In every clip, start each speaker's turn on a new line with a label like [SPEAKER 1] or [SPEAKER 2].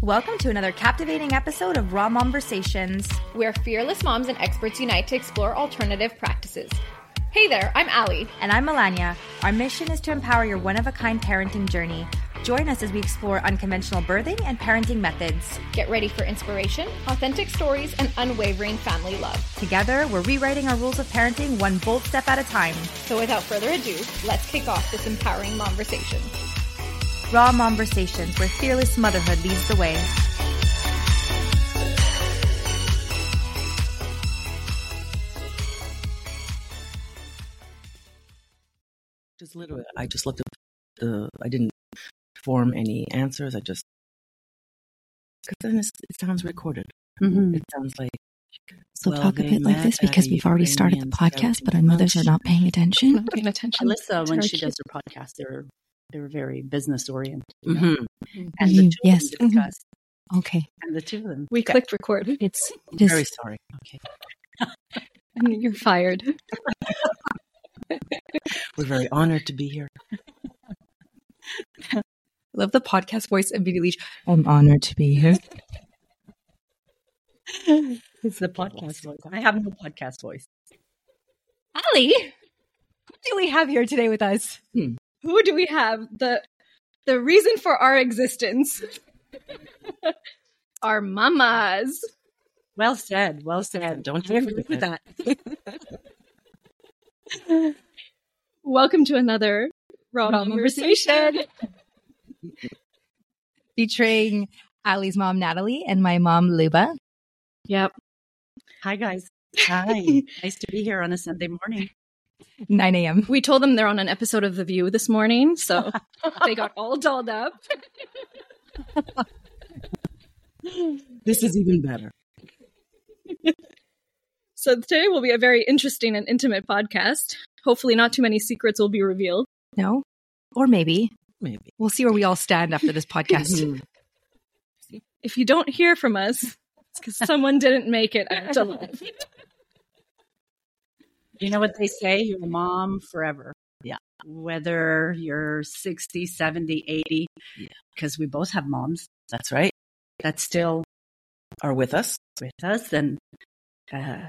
[SPEAKER 1] Welcome to another captivating episode of Raw Conversations.
[SPEAKER 2] where fearless moms and experts unite to explore alternative practices. Hey there, I'm Allie.
[SPEAKER 1] And I'm Melania. Our mission is to empower your one of a kind parenting journey. Join us as we explore unconventional birthing and parenting methods.
[SPEAKER 2] Get ready for inspiration, authentic stories, and unwavering family love.
[SPEAKER 1] Together, we're rewriting our rules of parenting one bold step at a time.
[SPEAKER 2] So without further ado, let's kick off this empowering conversation.
[SPEAKER 1] Raw Conversations, where fearless motherhood leads the way.
[SPEAKER 3] just literally i just looked at the i didn't form any answers i just because then it's, it sounds recorded
[SPEAKER 4] Mm-hmm.
[SPEAKER 3] it sounds like
[SPEAKER 4] So
[SPEAKER 3] well,
[SPEAKER 4] talk a
[SPEAKER 3] they
[SPEAKER 4] bit like this
[SPEAKER 3] met
[SPEAKER 4] because
[SPEAKER 3] at
[SPEAKER 4] we've already started the
[SPEAKER 3] Ukrainian
[SPEAKER 4] podcast, but our
[SPEAKER 3] seventeen
[SPEAKER 4] mothers are
[SPEAKER 3] months.
[SPEAKER 4] not paying attention.
[SPEAKER 5] not paying attention.
[SPEAKER 6] Alyssa,
[SPEAKER 5] to
[SPEAKER 6] when
[SPEAKER 5] our
[SPEAKER 6] she
[SPEAKER 5] kids.
[SPEAKER 6] does her podcast, they're they're very business oriented,
[SPEAKER 3] Mhm.
[SPEAKER 6] and the
[SPEAKER 4] Mhm.
[SPEAKER 6] two
[SPEAKER 4] Yes.
[SPEAKER 6] of them discuss,
[SPEAKER 4] Okay.
[SPEAKER 6] and the two of them.
[SPEAKER 5] we
[SPEAKER 3] Okay.
[SPEAKER 5] clicked record,
[SPEAKER 4] It's it
[SPEAKER 3] I'm very
[SPEAKER 4] is
[SPEAKER 3] sorry okay
[SPEAKER 5] and you're fired.
[SPEAKER 3] we're very honored to be here
[SPEAKER 5] Love the podcast voice immediately.
[SPEAKER 4] I'm honored to be here.
[SPEAKER 6] It's the podcast voice. I have no podcast voice.
[SPEAKER 5] Allie, who do we have here today with us?
[SPEAKER 3] Hmm.
[SPEAKER 5] Who do we have? The the reason for our existence. our mamas.
[SPEAKER 6] Well said. Well said.
[SPEAKER 3] Don't
[SPEAKER 6] I
[SPEAKER 3] you
[SPEAKER 6] agree with that.
[SPEAKER 5] Welcome to another raw conversation.
[SPEAKER 4] Featuring Ali's mom Natalie and my mom Luba.
[SPEAKER 5] Yep.
[SPEAKER 6] Hi guys. Hi. nice to be here on a Sunday morning.
[SPEAKER 4] 9 a.m.
[SPEAKER 5] We told them they're on an episode of The View this morning, so they got all dolled up.
[SPEAKER 3] this is even better
[SPEAKER 5] So today will be a very interesting and intimate podcast. Hopefully, not too many secrets will be revealed.
[SPEAKER 4] No? Or maybe.
[SPEAKER 3] maybe
[SPEAKER 4] We'll see where we all stand after this podcast.
[SPEAKER 3] Mhm.
[SPEAKER 5] If you don't hear from us, it's because someone didn't make it out alive.
[SPEAKER 6] You know what they say? You're a mom forever. Yeah. Whether you're 60, 70, 80,
[SPEAKER 3] Yeah.
[SPEAKER 6] because we both have moms
[SPEAKER 3] that's right
[SPEAKER 6] that still
[SPEAKER 3] are with us
[SPEAKER 6] with us and uh,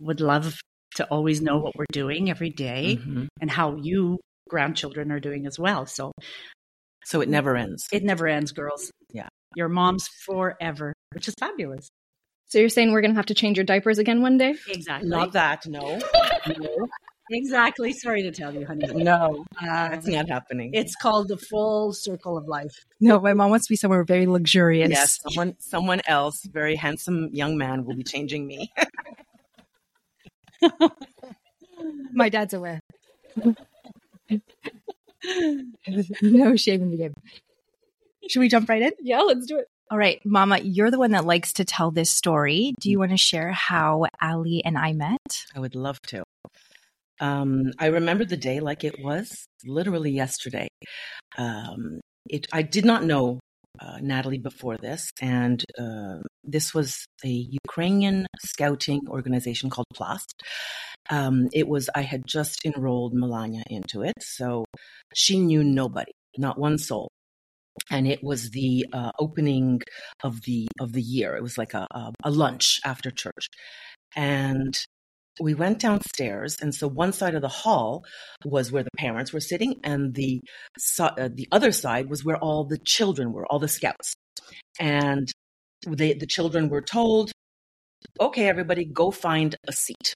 [SPEAKER 6] would love to always know what we're doing every day.
[SPEAKER 4] Mm-hmm.
[SPEAKER 3] Mhm.
[SPEAKER 6] and how you grandchildren are doing as well. So
[SPEAKER 3] so it never ends
[SPEAKER 6] it never ends, girls.
[SPEAKER 3] Yeah.
[SPEAKER 6] Your mom's forever, which is fabulous.
[SPEAKER 5] So you're saying we're going to have to change your diapers again one day?
[SPEAKER 6] Exactly.
[SPEAKER 3] not that no no
[SPEAKER 6] Exactly. Sorry to tell you, honey.
[SPEAKER 3] no
[SPEAKER 6] Uh,
[SPEAKER 3] that's not happening
[SPEAKER 6] it's called the full circle of life.
[SPEAKER 4] No, my mom wants to be somewhere very luxurious.
[SPEAKER 3] yes someone someone else very handsome young man will be changing me
[SPEAKER 4] My dad's aware. no shame in the game. Should we jump right in?
[SPEAKER 5] Yeah, let's do it.
[SPEAKER 4] All right, Mama, you're the one that likes to tell this story. Do you want to share how Ali and I met?
[SPEAKER 3] I would love to. Um, I remember the day like it was literally yesterday. Um, it I did not know uh, Natalie before this, and uh, this was a Ukrainian scouting organization called Plast. Um, it was I had just enrolled Melania into it, so she knew nobody, not one soul. And it was the uh, opening of the of the year. It was like a, a, a lunch after church, and we went downstairs and so one side of the hall was where the parents were sitting and the so, uh, the other side was where all the children were all the scouts and they, the children were told okay everybody go find a seat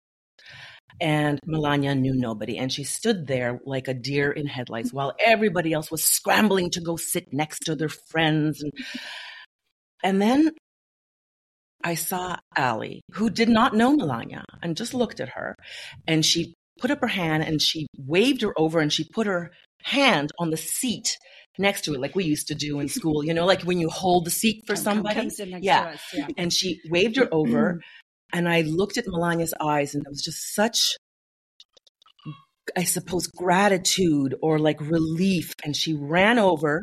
[SPEAKER 3] and melania knew nobody and she stood there like a deer in headlights while everybody else was scrambling to go sit next to their friends and, and then I saw Allie, who did not know Melania, and just looked at her. And she put up her hand and she waved her over and she put her hand on the seat next to it, like we used to do in school, you know, like when you hold the seat for
[SPEAKER 6] Come- come-
[SPEAKER 3] somebody.
[SPEAKER 6] come sit next
[SPEAKER 3] Yeah.
[SPEAKER 6] to us. yeah.
[SPEAKER 3] And she waved her over.
[SPEAKER 4] Mm-hmm.
[SPEAKER 3] and I looked at Melania's eyes, and there was just such, I suppose, gratitude or like relief. And she ran over.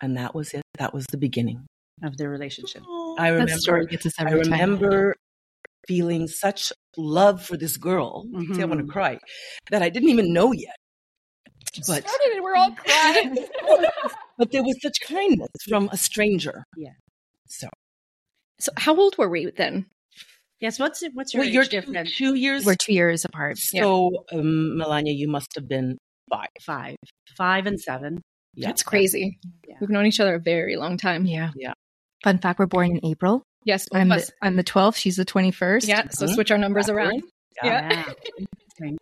[SPEAKER 3] And that was it. That was the beginning.
[SPEAKER 6] Of their relationship.
[SPEAKER 3] I remember.
[SPEAKER 4] that story gets us
[SPEAKER 3] I
[SPEAKER 4] every time.
[SPEAKER 3] remember feeling such love for this girl. See, I want
[SPEAKER 4] Mm-hmm.
[SPEAKER 3] to
[SPEAKER 6] Mhm.
[SPEAKER 3] cry that I didn't even know yet. But
[SPEAKER 5] Started and we're all crying.
[SPEAKER 3] But there was such kindness from a stranger.
[SPEAKER 6] Yeah.
[SPEAKER 3] So
[SPEAKER 5] So how old were we then?
[SPEAKER 6] Yes. What's what's your
[SPEAKER 3] well,
[SPEAKER 6] age
[SPEAKER 3] you're two,
[SPEAKER 6] difference?
[SPEAKER 3] two years.
[SPEAKER 4] We're two years apart.
[SPEAKER 3] so um, Melania, you must have been five.
[SPEAKER 6] Five, five and seven.
[SPEAKER 3] Yeah.
[SPEAKER 5] That's crazy.
[SPEAKER 6] Yeah.
[SPEAKER 5] We've known each other a very long time.
[SPEAKER 4] Yeah.
[SPEAKER 3] Yeah.
[SPEAKER 4] Fun fact: We're born in April.
[SPEAKER 5] Yes, both
[SPEAKER 4] I'm
[SPEAKER 5] of
[SPEAKER 4] the,
[SPEAKER 5] us.
[SPEAKER 4] I'm the 12th. She's the 21st.
[SPEAKER 5] Yeah, so
[SPEAKER 3] Mhm.
[SPEAKER 5] switch our numbers around. Yeah.
[SPEAKER 6] Oh, Wow.
[SPEAKER 4] And,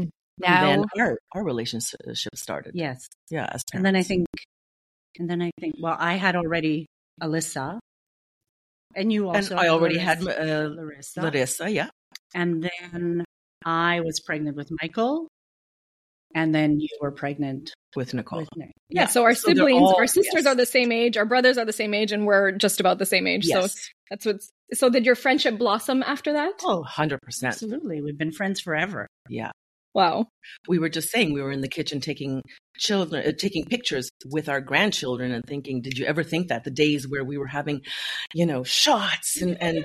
[SPEAKER 3] And,
[SPEAKER 4] now
[SPEAKER 3] then our, our relationship started.
[SPEAKER 6] yes.
[SPEAKER 3] Yeah. as
[SPEAKER 6] And then I
[SPEAKER 3] parents.
[SPEAKER 6] think, and then I think. Well, I had already Alyssa, and you also.
[SPEAKER 3] and I
[SPEAKER 6] had
[SPEAKER 3] already
[SPEAKER 6] Larissa-
[SPEAKER 3] had uh,
[SPEAKER 6] Larissa.
[SPEAKER 3] Larissa. Yeah.
[SPEAKER 6] and then I was pregnant with Michael, and then you were pregnant
[SPEAKER 3] With Nicole.
[SPEAKER 6] with Nick.
[SPEAKER 5] Yeah, so our
[SPEAKER 3] they're
[SPEAKER 5] siblings,
[SPEAKER 3] all-
[SPEAKER 5] our sisters
[SPEAKER 3] yes.
[SPEAKER 5] are the same age, our brothers are the same age, and we're just about the same age. So
[SPEAKER 3] Yes.
[SPEAKER 5] that's what's. So did your friendship blossom after that?
[SPEAKER 3] Oh, 100%.
[SPEAKER 6] Absolutely, we've been friends forever.
[SPEAKER 3] Yeah.
[SPEAKER 5] Wow.
[SPEAKER 3] We were just saying we were in the kitchen taking children uh, taking pictures with our grandchildren and thinking, did you ever think that the days where we were having, you know, shots and and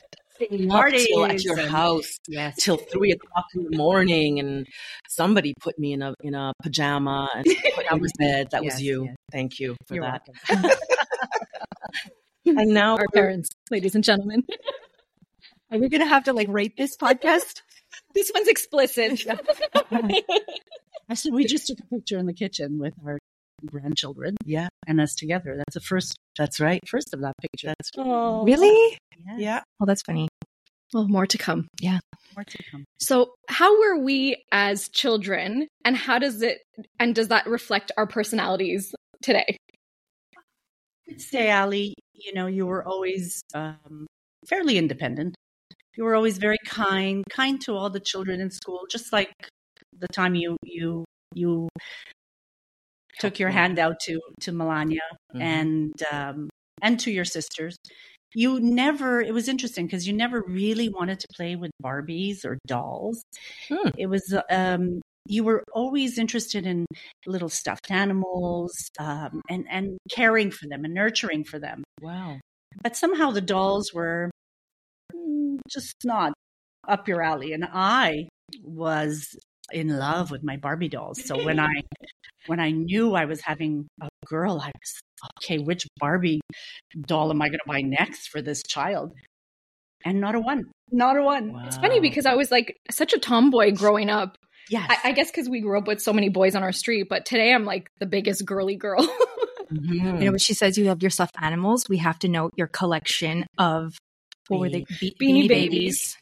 [SPEAKER 3] up till at
[SPEAKER 6] parties
[SPEAKER 3] your
[SPEAKER 6] and-
[SPEAKER 3] house
[SPEAKER 6] Yes,
[SPEAKER 3] till three o'clock in the morning and somebody put me in a in a pajama and put me in bed. That was
[SPEAKER 6] yes,
[SPEAKER 3] you.
[SPEAKER 6] yes.
[SPEAKER 3] Thank you for
[SPEAKER 6] you're
[SPEAKER 3] that.
[SPEAKER 6] welcome.
[SPEAKER 3] And now
[SPEAKER 5] Our parents, ladies and gentlemen.
[SPEAKER 4] are we going to have to like rate this podcast?
[SPEAKER 5] This one's explicit.
[SPEAKER 6] I said we just took a picture in the kitchen with our grandchildren.
[SPEAKER 3] Yeah.
[SPEAKER 6] and us together. That's the first
[SPEAKER 3] that's right.
[SPEAKER 6] first of that picture.
[SPEAKER 3] That's
[SPEAKER 5] oh.
[SPEAKER 4] Really?
[SPEAKER 6] yeah.
[SPEAKER 3] yeah.
[SPEAKER 4] Well, that's funny.
[SPEAKER 5] Well, more to come.
[SPEAKER 6] More to come.
[SPEAKER 5] So, how were we as children, and how does it, and does that reflect our personalities today?
[SPEAKER 6] I'd say, Ali, you know, you were always um, fairly independent. You were always very kind, kind to all the children in school, just like the time you you you took your hand out to to Melania
[SPEAKER 3] Mhm.
[SPEAKER 6] and um, and to your sisters. You never. It was interesting because you never really wanted to play with Barbies or dolls.
[SPEAKER 3] Hmm.
[SPEAKER 6] It was. Um, you were always interested in little stuffed animals um, and and caring for them and nurturing for them.
[SPEAKER 3] Wow.
[SPEAKER 6] But somehow the dolls were mm, just not up your alley, and I was in love with my Barbie dolls. So when I when I knew I was having a girl, I was okay. Which Barbie doll am I going to buy next for this child? And not a one, not a one.
[SPEAKER 3] wow.
[SPEAKER 5] It's funny because I was like such a tomboy growing up.
[SPEAKER 6] Yes,
[SPEAKER 5] I, I guess because we grew up with so many boys on our street, but today I'm like the biggest girly girl.
[SPEAKER 4] You
[SPEAKER 3] Mhm.
[SPEAKER 4] know, when she says you love your stuffed animals, we have to note your collection of what were they? Be-
[SPEAKER 5] Beanie
[SPEAKER 4] Babies.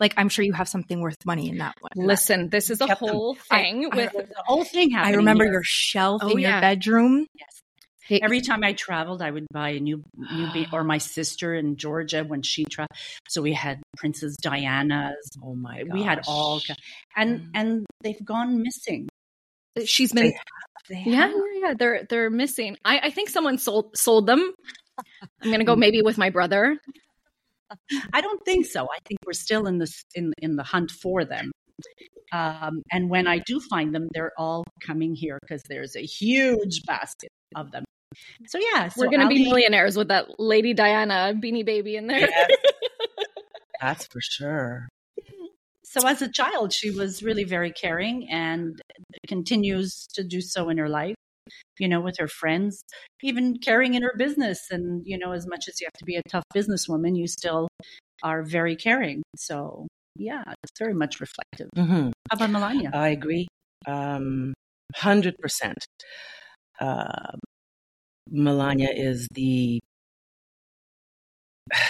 [SPEAKER 4] Like, I'm sure you have something worth money in that one.
[SPEAKER 5] Listen, this is a
[SPEAKER 6] Kept them.
[SPEAKER 5] whole
[SPEAKER 4] I-
[SPEAKER 5] thing
[SPEAKER 4] I-
[SPEAKER 5] with
[SPEAKER 6] the whole thing
[SPEAKER 4] I
[SPEAKER 6] happened.
[SPEAKER 4] remember your shelf
[SPEAKER 5] Oh,
[SPEAKER 4] in
[SPEAKER 5] yeah.
[SPEAKER 4] your bedroom.
[SPEAKER 6] Yes. Every time I traveled, I would buy a new new ba- or my sister in Georgia when she traveled. So we had Princess Diana's.
[SPEAKER 3] Oh my
[SPEAKER 6] We had all
[SPEAKER 3] gosh.
[SPEAKER 6] ki- and
[SPEAKER 5] Mm.
[SPEAKER 6] and they've gone missing.
[SPEAKER 4] She's
[SPEAKER 3] been-
[SPEAKER 6] They
[SPEAKER 5] yeah,
[SPEAKER 6] have.
[SPEAKER 5] yeah, yeah. They're they're missing. I, I think someone sold sold them. I'm gonna go maybe with my brother.
[SPEAKER 6] I don't think so. I think we're still in this in in the hunt for them. Um, and when I do find them, they're all coming here because there's a huge basket of them. So yeah, so
[SPEAKER 5] We're gonna be
[SPEAKER 6] Ali-
[SPEAKER 5] millionaires with that Lady Diana beanie baby in there.
[SPEAKER 3] Yes. That's for sure.
[SPEAKER 6] So as a child, she was really very caring and continues to do so in her life, you know, with her friends, even caring in her business. And, you know, as much as you have to be a tough businesswoman, you still are very caring. So, yeah, it's very much reflective.
[SPEAKER 3] hmm
[SPEAKER 6] How about Melania?
[SPEAKER 3] I agree, um, hundred percent. Uh, Melania is the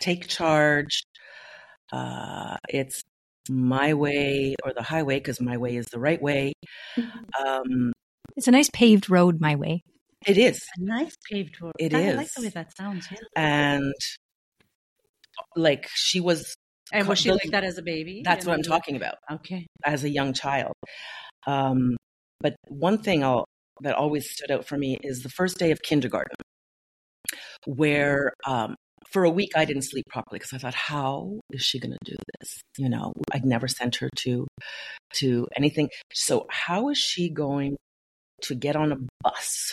[SPEAKER 3] take charge. Uh, it's my way or the highway because my way is the right way. Um,
[SPEAKER 4] It's a nice paved road my way.
[SPEAKER 3] it is,
[SPEAKER 6] a nice paved road.
[SPEAKER 3] It
[SPEAKER 6] I like
[SPEAKER 3] is.
[SPEAKER 6] the way that sounds. yeah.
[SPEAKER 3] and like she was.
[SPEAKER 6] And was she
[SPEAKER 3] the-
[SPEAKER 6] like that as a baby?
[SPEAKER 3] That's
[SPEAKER 6] And
[SPEAKER 3] what I'm
[SPEAKER 6] then-
[SPEAKER 3] talking about.
[SPEAKER 6] Okay.
[SPEAKER 3] as a young child. Um, but one thing I'll, that always stood out for me is the first day of kindergarten, where um, for a week I didn't sleep properly because I thought, how is she going to do this? You know, I'd never sent her to to anything. So how is she going to get on a bus?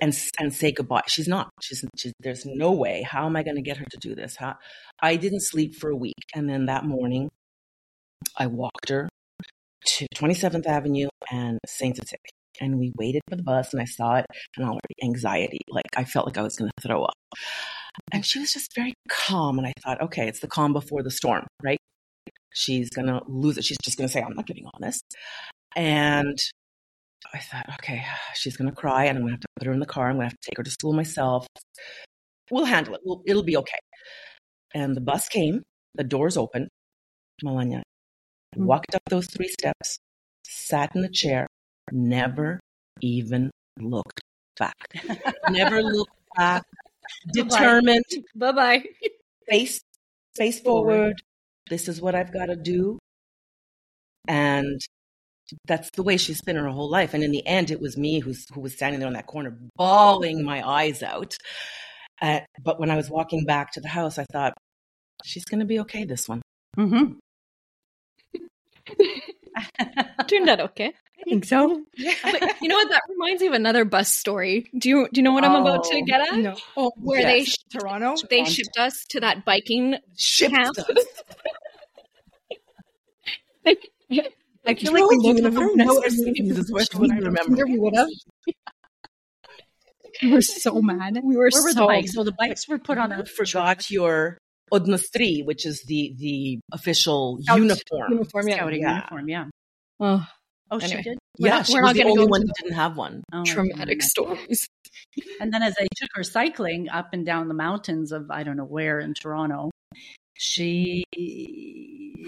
[SPEAKER 3] And, s- and say goodbye. She's not. She's, she's there's no way. How am I going to get her to do this? How, I didn't sleep for a week, and then that morning, I walked her to 27th Avenue and Saint Etienne. and we waited for the bus and I saw it and already anxiety. Like I felt like I was going to throw up. And she was just very calm. And I thought, okay, it's the calm before the storm, right? She's going to lose it. She's just going to say, I'm not getting on this. And I thought, okay, she's going to cry and I'm going to have to put her in the car. I'm going to have to take her to school myself. We'll handle it. We'll, it'll be okay. And the bus came, the doors opened. Melania walked up those three steps, sat in the chair, never even looked back. never looked back. Determined,
[SPEAKER 5] Bye bye.
[SPEAKER 3] face face forward. This is what I've got to do. And that's the way she's been her whole life. And in the end, it was me who's, who was standing there on that corner, bawling my eyes out. Uh, but when I was walking back to the house, I thought, she's going to be okay this one.
[SPEAKER 6] Mm-hmm.
[SPEAKER 5] Turned out okay.
[SPEAKER 4] I think so.
[SPEAKER 5] But you know what? That reminds me of another bus story. Do you do you know what I'm about to get at?
[SPEAKER 4] No.
[SPEAKER 3] Oh,
[SPEAKER 5] Where they sh-
[SPEAKER 4] Toronto?
[SPEAKER 5] they shipped us to that biking
[SPEAKER 3] shipped
[SPEAKER 5] camp.
[SPEAKER 3] us.
[SPEAKER 4] I
[SPEAKER 3] feel like we live in a very nice
[SPEAKER 4] what I
[SPEAKER 3] remember.
[SPEAKER 4] We would have. we were so mad.
[SPEAKER 5] We were
[SPEAKER 6] Where were
[SPEAKER 5] so
[SPEAKER 6] the bikes? So the bikes were put on a
[SPEAKER 3] forgot your Odnostri, which is the the official
[SPEAKER 6] Out.
[SPEAKER 3] uniform.
[SPEAKER 5] uniform. Yeah.
[SPEAKER 6] scouting
[SPEAKER 3] Yeah.
[SPEAKER 6] uniform. Yeah.
[SPEAKER 5] Oh,
[SPEAKER 6] Oh,
[SPEAKER 5] Anyway.
[SPEAKER 6] she did.
[SPEAKER 5] We're
[SPEAKER 3] yeah,
[SPEAKER 5] not-
[SPEAKER 3] she
[SPEAKER 5] we're
[SPEAKER 3] was
[SPEAKER 5] not
[SPEAKER 3] the
[SPEAKER 5] gonna
[SPEAKER 3] only
[SPEAKER 5] go
[SPEAKER 3] one
[SPEAKER 5] into
[SPEAKER 3] who didn't have one.
[SPEAKER 6] Oh, I didn't
[SPEAKER 5] traumatic
[SPEAKER 6] know.
[SPEAKER 5] stories.
[SPEAKER 6] And then as I took her cycling up and down the mountains of I don't know where in Toronto, she,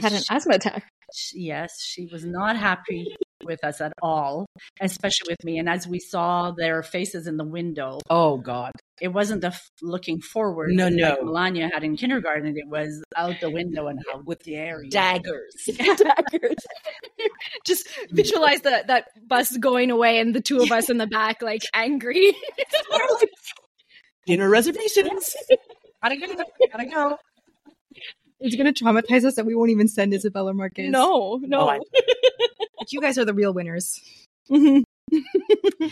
[SPEAKER 5] Had an asthma attack.
[SPEAKER 6] she- yes, she was not happy with us at all, especially with me. And as we saw their faces in the window,
[SPEAKER 3] Oh God,
[SPEAKER 6] it wasn't the f- looking forward.
[SPEAKER 3] No, no.
[SPEAKER 6] like Melania had in kindergarten. It was out the window and how with the air
[SPEAKER 3] daggers.
[SPEAKER 5] Daggers. Just visualize that that bus going away and the two of us in the back, like angry.
[SPEAKER 3] Dinner reservations.
[SPEAKER 6] Gotta go, gotta go.
[SPEAKER 4] It's going to traumatize us that we won't even send Isabella Marquez.
[SPEAKER 5] No, no.
[SPEAKER 3] Oh, I-
[SPEAKER 4] But you guys are the real winners. Mm-hmm.
[SPEAKER 5] Mhm.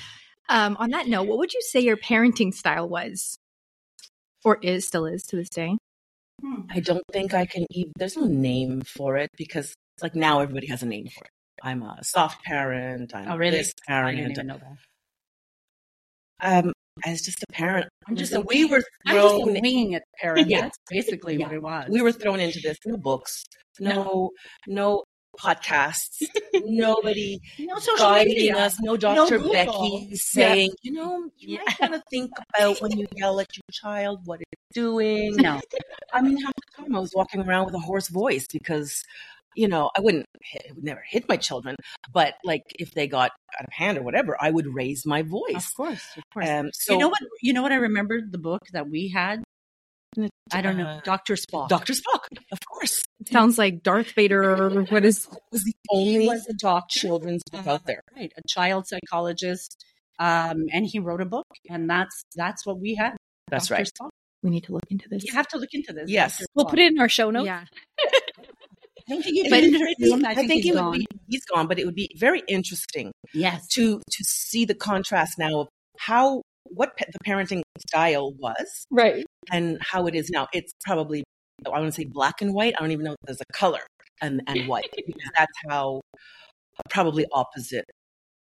[SPEAKER 4] Um, on that note, what would you say your parenting style was? Or is, still is to this day?
[SPEAKER 3] I don't think I can even. There's no name for it because like now everybody has a name for it. I'm a soft parent. I'm
[SPEAKER 6] Oh, really?
[SPEAKER 3] this
[SPEAKER 6] I didn't
[SPEAKER 3] parent.
[SPEAKER 6] even know that.
[SPEAKER 3] Um, as just a parent,
[SPEAKER 6] I'm just a
[SPEAKER 3] we were
[SPEAKER 6] I'm just a
[SPEAKER 3] thrown
[SPEAKER 6] winging it parent.
[SPEAKER 3] Yeah.
[SPEAKER 6] That's basically what it was.
[SPEAKER 3] we were thrown into this. No books. No, no podcasts. Nobody
[SPEAKER 6] no social
[SPEAKER 3] guiding
[SPEAKER 6] media.
[SPEAKER 3] us. No Dr.
[SPEAKER 6] Google.
[SPEAKER 3] Becky saying, you know, you
[SPEAKER 6] Yeah.
[SPEAKER 3] might want to think about when you yell at your child what it's doing.
[SPEAKER 6] No.
[SPEAKER 3] I mean, half the time I was walking around with a hoarse voice because, you know, I wouldn't, hit, I would never hit my children, but like if they got out of hand or whatever, I would raise my voice.
[SPEAKER 6] course, of
[SPEAKER 3] Um, so
[SPEAKER 6] you know what? You know what? I remembered the book that we had. I don't know,
[SPEAKER 3] Uh,
[SPEAKER 6] Doctor Spock.
[SPEAKER 3] Dr. Spock, of course,
[SPEAKER 4] It sounds like Darth Vader or what is
[SPEAKER 3] was the
[SPEAKER 6] he
[SPEAKER 3] only
[SPEAKER 6] was Uh-huh. a doctor,
[SPEAKER 3] children's book out there.
[SPEAKER 6] right? A child psychologist, um, and he wrote a book, and that's that's what we had.
[SPEAKER 3] That's
[SPEAKER 6] Dr.
[SPEAKER 3] right.
[SPEAKER 6] Spock.
[SPEAKER 4] we need to look into this.
[SPEAKER 6] You have to look into this.
[SPEAKER 3] Yes.
[SPEAKER 6] Dr.
[SPEAKER 5] We'll
[SPEAKER 6] Spock.
[SPEAKER 5] put it in our show notes.
[SPEAKER 4] Yeah.
[SPEAKER 6] I don't think you
[SPEAKER 3] But
[SPEAKER 6] did it.
[SPEAKER 3] I think, it
[SPEAKER 6] he's
[SPEAKER 3] would
[SPEAKER 6] gone.
[SPEAKER 3] be, he's gone, but it would be very interesting
[SPEAKER 6] yes.
[SPEAKER 3] to to see the contrast now of how what pa- the parenting style was
[SPEAKER 5] Right.
[SPEAKER 3] and how it is now. It's probably I want to say black and white. I don't even know if there's a color and and white because that's how uh, probably opposite.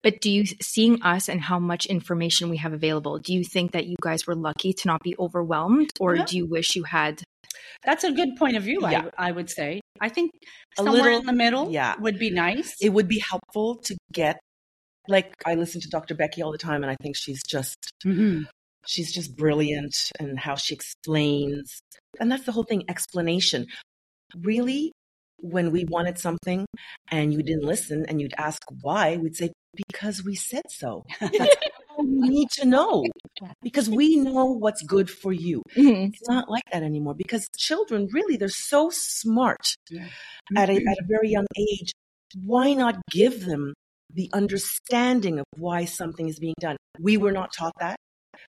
[SPEAKER 4] But do you, seeing us and how much information we have available, do you think that you guys were lucky to not be overwhelmed, or
[SPEAKER 6] Yeah.
[SPEAKER 4] do you wish you had?
[SPEAKER 6] That's a good point of view.
[SPEAKER 3] Yeah.
[SPEAKER 6] I, I would say. I think
[SPEAKER 3] A
[SPEAKER 6] somewhere
[SPEAKER 3] little-
[SPEAKER 6] in the middle.
[SPEAKER 3] yeah.
[SPEAKER 6] would be nice.
[SPEAKER 3] It would be helpful to get like I listen to Dr. Becky all the time, and I think she's just
[SPEAKER 6] Mhm.
[SPEAKER 3] she's just brilliant and how she explains and that's the whole thing explanation really when we wanted something and you didn't listen and you'd ask why we'd say because we said so that's all you need to know because we know what's good for you
[SPEAKER 5] Mhm.
[SPEAKER 3] it's not like that anymore because children really they're so smart
[SPEAKER 6] Yeah.
[SPEAKER 3] at, a, at a very young age why not give them the understanding of why something is being done we were not taught that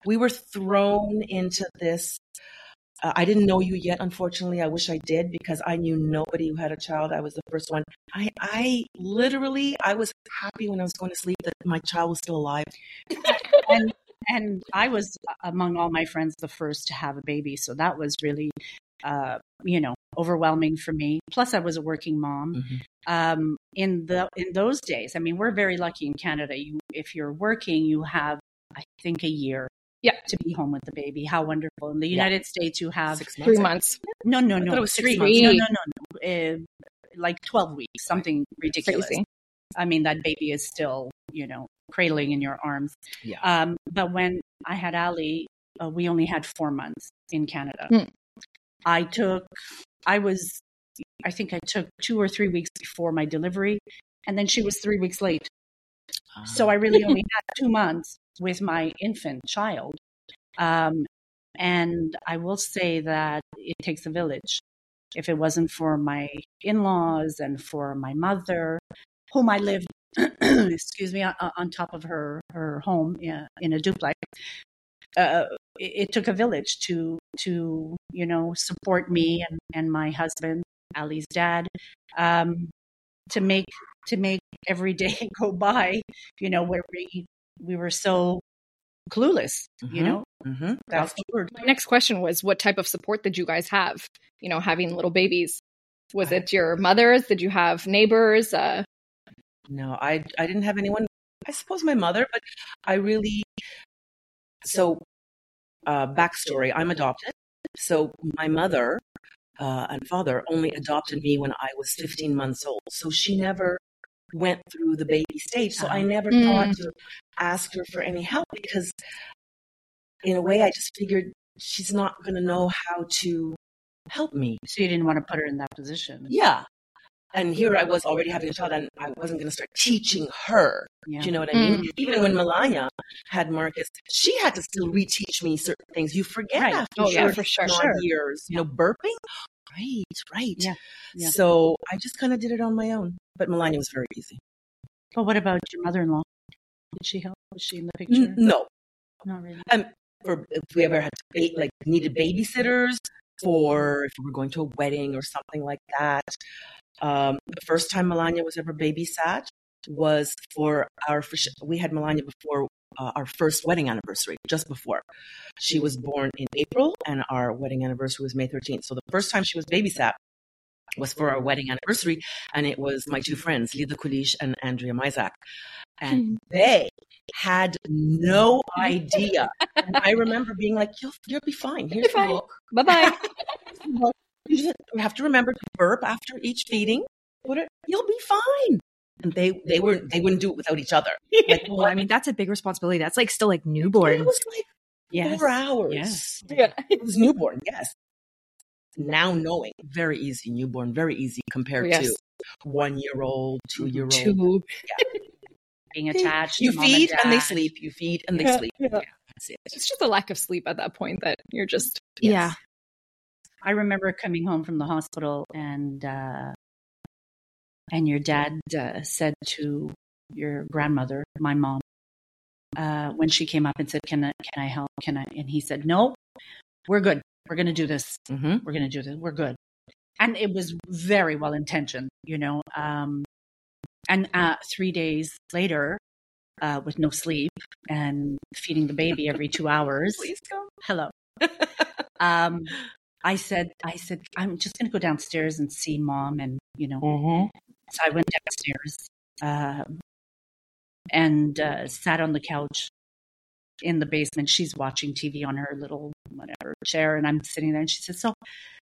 [SPEAKER 3] we were thrown into this uh, i didn't know you yet unfortunately i wish i did because i knew nobody who had a child i was the first one i, I literally i was happy when i was going to sleep that my child was still alive
[SPEAKER 6] and and I was among all my friends the first to have a baby, so that was really,
[SPEAKER 3] Mm-hmm.
[SPEAKER 6] uh, you know, overwhelming for me. Plus, I was a working mom. Um, in the in those days. I mean, we're very lucky in Canada. You, if you're working, you have I think a year.
[SPEAKER 5] Yeah.
[SPEAKER 6] to be home with the baby. How wonderful! In the
[SPEAKER 3] Yeah.
[SPEAKER 6] United States, you have
[SPEAKER 3] Six
[SPEAKER 5] Three months.
[SPEAKER 6] no, no,
[SPEAKER 3] I
[SPEAKER 6] no,
[SPEAKER 3] thought it was six
[SPEAKER 6] three.
[SPEAKER 3] months.
[SPEAKER 6] No, no, no, no. Uh, like twelve weeks, something ridiculous.
[SPEAKER 5] Crazy.
[SPEAKER 6] I mean, that baby is still, you know, cradling in your arms.
[SPEAKER 3] Yeah.
[SPEAKER 6] Um, but when I had Ali, uh, we only had four months in Canada.
[SPEAKER 5] Hmm.
[SPEAKER 6] I took, I was, I think I took two or three weeks before my delivery, and then she was three weeks late. So I really only had two months with my infant child. Um, and I will say that it takes a village. If it wasn't for my in laws and for my mother, whom I lived, excuse me, on, on top of her, her home yeah, in a duplex, uh, it, it took a village to, to you know, support me and, and my husband, Ali's dad, um, to make to make every day go by you know where we we were so clueless you
[SPEAKER 3] Mhm.
[SPEAKER 6] know
[SPEAKER 3] hmm
[SPEAKER 6] that's the word
[SPEAKER 5] My next question was what type of support did you guys have? You know, having little babies. Was it your mother's? Did you have neighbors? Uh,
[SPEAKER 3] No, I I didn't have anyone. I suppose my mother, but I really. So, uh, backstory: I'm adopted. So my mother uh, and father only adopted me when I was 15 months old. So she never went through the baby stage. So I never
[SPEAKER 5] Mm.
[SPEAKER 3] thought to ask her for any help because, in a way, I just figured she's not going to know how to help me.
[SPEAKER 6] so you didn't want to put her in that position
[SPEAKER 3] Yeah. And here I was already having a child, and I wasn't going to start teaching her
[SPEAKER 6] yeah
[SPEAKER 3] do you know what I mean? Even when Melania had Marcus, she had to still reteach me certain things. You forget
[SPEAKER 6] Right.
[SPEAKER 3] after
[SPEAKER 5] Oh, yeah,
[SPEAKER 3] your
[SPEAKER 5] for sure.
[SPEAKER 3] non-
[SPEAKER 6] Sure.
[SPEAKER 3] years, you know, burping. Right, right.
[SPEAKER 6] Yeah, yeah.
[SPEAKER 3] So I just kind of did it on my own. But Melania was very easy.
[SPEAKER 6] but what about your mother-in-law did she help was she in the picture
[SPEAKER 3] N- no,
[SPEAKER 6] not really
[SPEAKER 3] for if we ever had to ba- like needed babysitters for if we were going to a wedding or something like that. Um, the first time Melania was ever babysat was for our first, we had Melania before uh, our first wedding anniversary, just before. She was born in April and our wedding anniversary was May 13th. So the first time she was babysat was for our wedding anniversary and it was my two friends, Lida Kulish and Andrea Mizak. And they had no idea. And I remember being like, you'll, you'll be fine. Here's
[SPEAKER 5] fine.
[SPEAKER 3] the book.
[SPEAKER 5] bye bye.
[SPEAKER 3] You just have to remember to burp after each feeding. Put it, you'll be fine. And they, they were they wouldn't do it without each other. Like,
[SPEAKER 4] Well, I mean, that's a big responsibility. That's like still like newborn.
[SPEAKER 3] It was like
[SPEAKER 6] yes
[SPEAKER 3] four hours.
[SPEAKER 6] Yes.
[SPEAKER 5] Yeah.
[SPEAKER 3] It was newborn, yes. Now knowing, very easy, newborn, very easy compared
[SPEAKER 5] Yes.
[SPEAKER 3] to one year old, two year old.
[SPEAKER 5] Two.
[SPEAKER 6] being attached
[SPEAKER 3] You
[SPEAKER 6] to mom
[SPEAKER 3] feed
[SPEAKER 6] and,
[SPEAKER 3] and they
[SPEAKER 6] dad.
[SPEAKER 3] sleep. You feed and they
[SPEAKER 5] Yeah,
[SPEAKER 3] sleep.
[SPEAKER 5] yeah.
[SPEAKER 3] That's it.
[SPEAKER 5] It's just a lack of sleep at that point that you're just
[SPEAKER 4] Yeah.
[SPEAKER 6] i remember coming home from the hospital and uh and your dad uh, said to your grandmother my mom uh when she came up and said can i can i help can i and he said no we're good we're gonna do this
[SPEAKER 3] Mm-hmm.
[SPEAKER 6] we're going to do this. We're good. And it was very well intentioned, you know. Um, and uh, three days later, uh, with no sleep and feeding the baby every two hours.
[SPEAKER 3] Please come.
[SPEAKER 6] Hello. um, I said, I said, I'm just going to go downstairs and see mom, and you know, so I went downstairs um, and uh, sat on the couch in the basement. She's watching TV on her little whatever chair, and I'm sitting there. And she says, "So,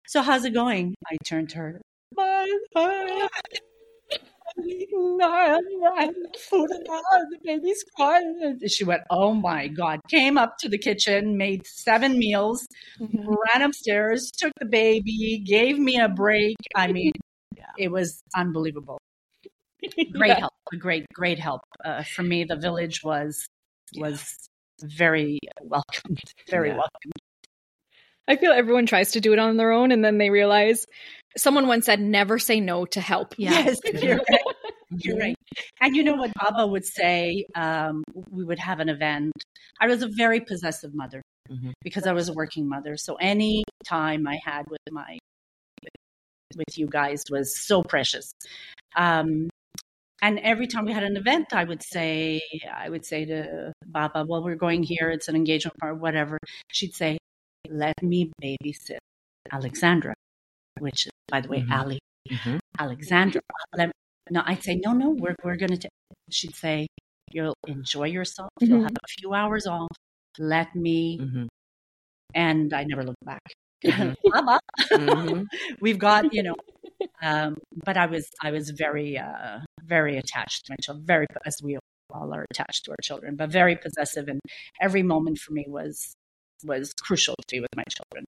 [SPEAKER 6] so how's it going?" I turned to her. "Fine, fine. I'm eating, I have- I have food in the house, the baby's crying. And She went, Oh my God. Came up to the kitchen, made seven meals, ran upstairs, took the baby, gave me a break. I mean, it was unbelievable. Great
[SPEAKER 5] Yeah.
[SPEAKER 6] help, a great, great help. Uh, for me, the village was was very welcomed, very
[SPEAKER 3] Yeah.
[SPEAKER 6] welcomed.
[SPEAKER 5] I feel everyone tries to do it on their own and then they realize someone once said never say no to help.
[SPEAKER 4] Yeah.
[SPEAKER 6] Yes, you're right. You're
[SPEAKER 3] Mm-hmm.
[SPEAKER 6] right. And you know what Baba would say? Um, we would have an event. I was a very possessive mother
[SPEAKER 3] Mhm.
[SPEAKER 6] because I was a working mother. So any time I had with my with you guys was so precious. Um, and every time we had an event, I would say, I would say to Baba, "Well, we're going here. It's an engagement party, whatever." She'd say, "Let me babysit Alexandra," which, is, by the way,
[SPEAKER 3] Mhm.
[SPEAKER 6] Ali. Alexandra, let, No, I'd say, no, no, we're, we're going to. She'd say, you'll enjoy yourself. You'll
[SPEAKER 5] Mhm.
[SPEAKER 6] have a few hours off. Let me.
[SPEAKER 3] Mhm.
[SPEAKER 6] And I never looked back.
[SPEAKER 3] Mhm.
[SPEAKER 6] Baba. Mm-hmm.
[SPEAKER 3] Mhm.
[SPEAKER 6] We've got, you know, um, but I was, I was very, uh, very attached to my children, very, as we all are attached to our children, but very possessive. And every moment for me was, was crucial to be with my children.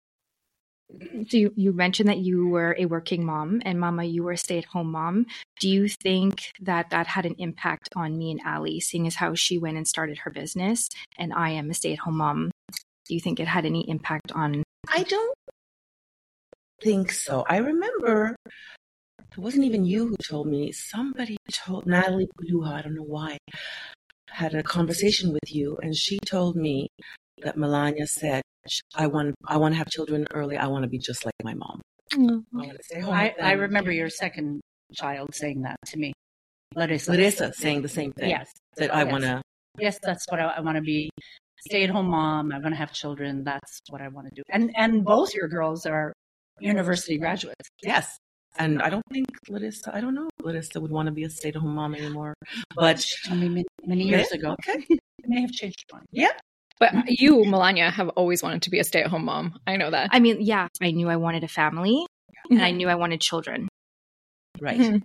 [SPEAKER 4] So you, you mentioned that you were a working mom and mama, you were a stay at home mom. Do you think that that had an impact on me and Allie, seeing as how she went and started her business and I am a stay at home mom? Do you think it had any impact on?
[SPEAKER 3] I don't think so. I remember it wasn't even you who told me. Somebody told Natalie Bluha, I don't know why, had a conversation with you, and she told me that Melania said, "I want, I want to have children early. I want to be just like my mom. I want to stay home."
[SPEAKER 6] Mm-hmm. I,
[SPEAKER 3] with them."
[SPEAKER 6] I remember your second child saying that to me. Larissa.
[SPEAKER 3] Larissa saying the same thing.
[SPEAKER 6] Yes. Oh,
[SPEAKER 3] That I
[SPEAKER 6] Yes.
[SPEAKER 3] want to.
[SPEAKER 6] Yes, that's what I, I want to be. Stay at home mom. I want to have children. That's what I want to do. And and both your girls are university graduates.
[SPEAKER 3] Yes. And I don't think Larissa. I don't know if Larissa would want to be a stay-at-home mom anymore. But
[SPEAKER 6] I mean, many, many years
[SPEAKER 3] Yeah,
[SPEAKER 6] ago.
[SPEAKER 3] okay.
[SPEAKER 6] It may have changed your mind.
[SPEAKER 5] But you, Melania, have always wanted to be a stay at home mom. I know that.
[SPEAKER 4] I mean, yeah, I knew I wanted a family and
[SPEAKER 6] Mm-hmm.
[SPEAKER 4] I knew I wanted children.
[SPEAKER 3] right.
[SPEAKER 5] Mhm.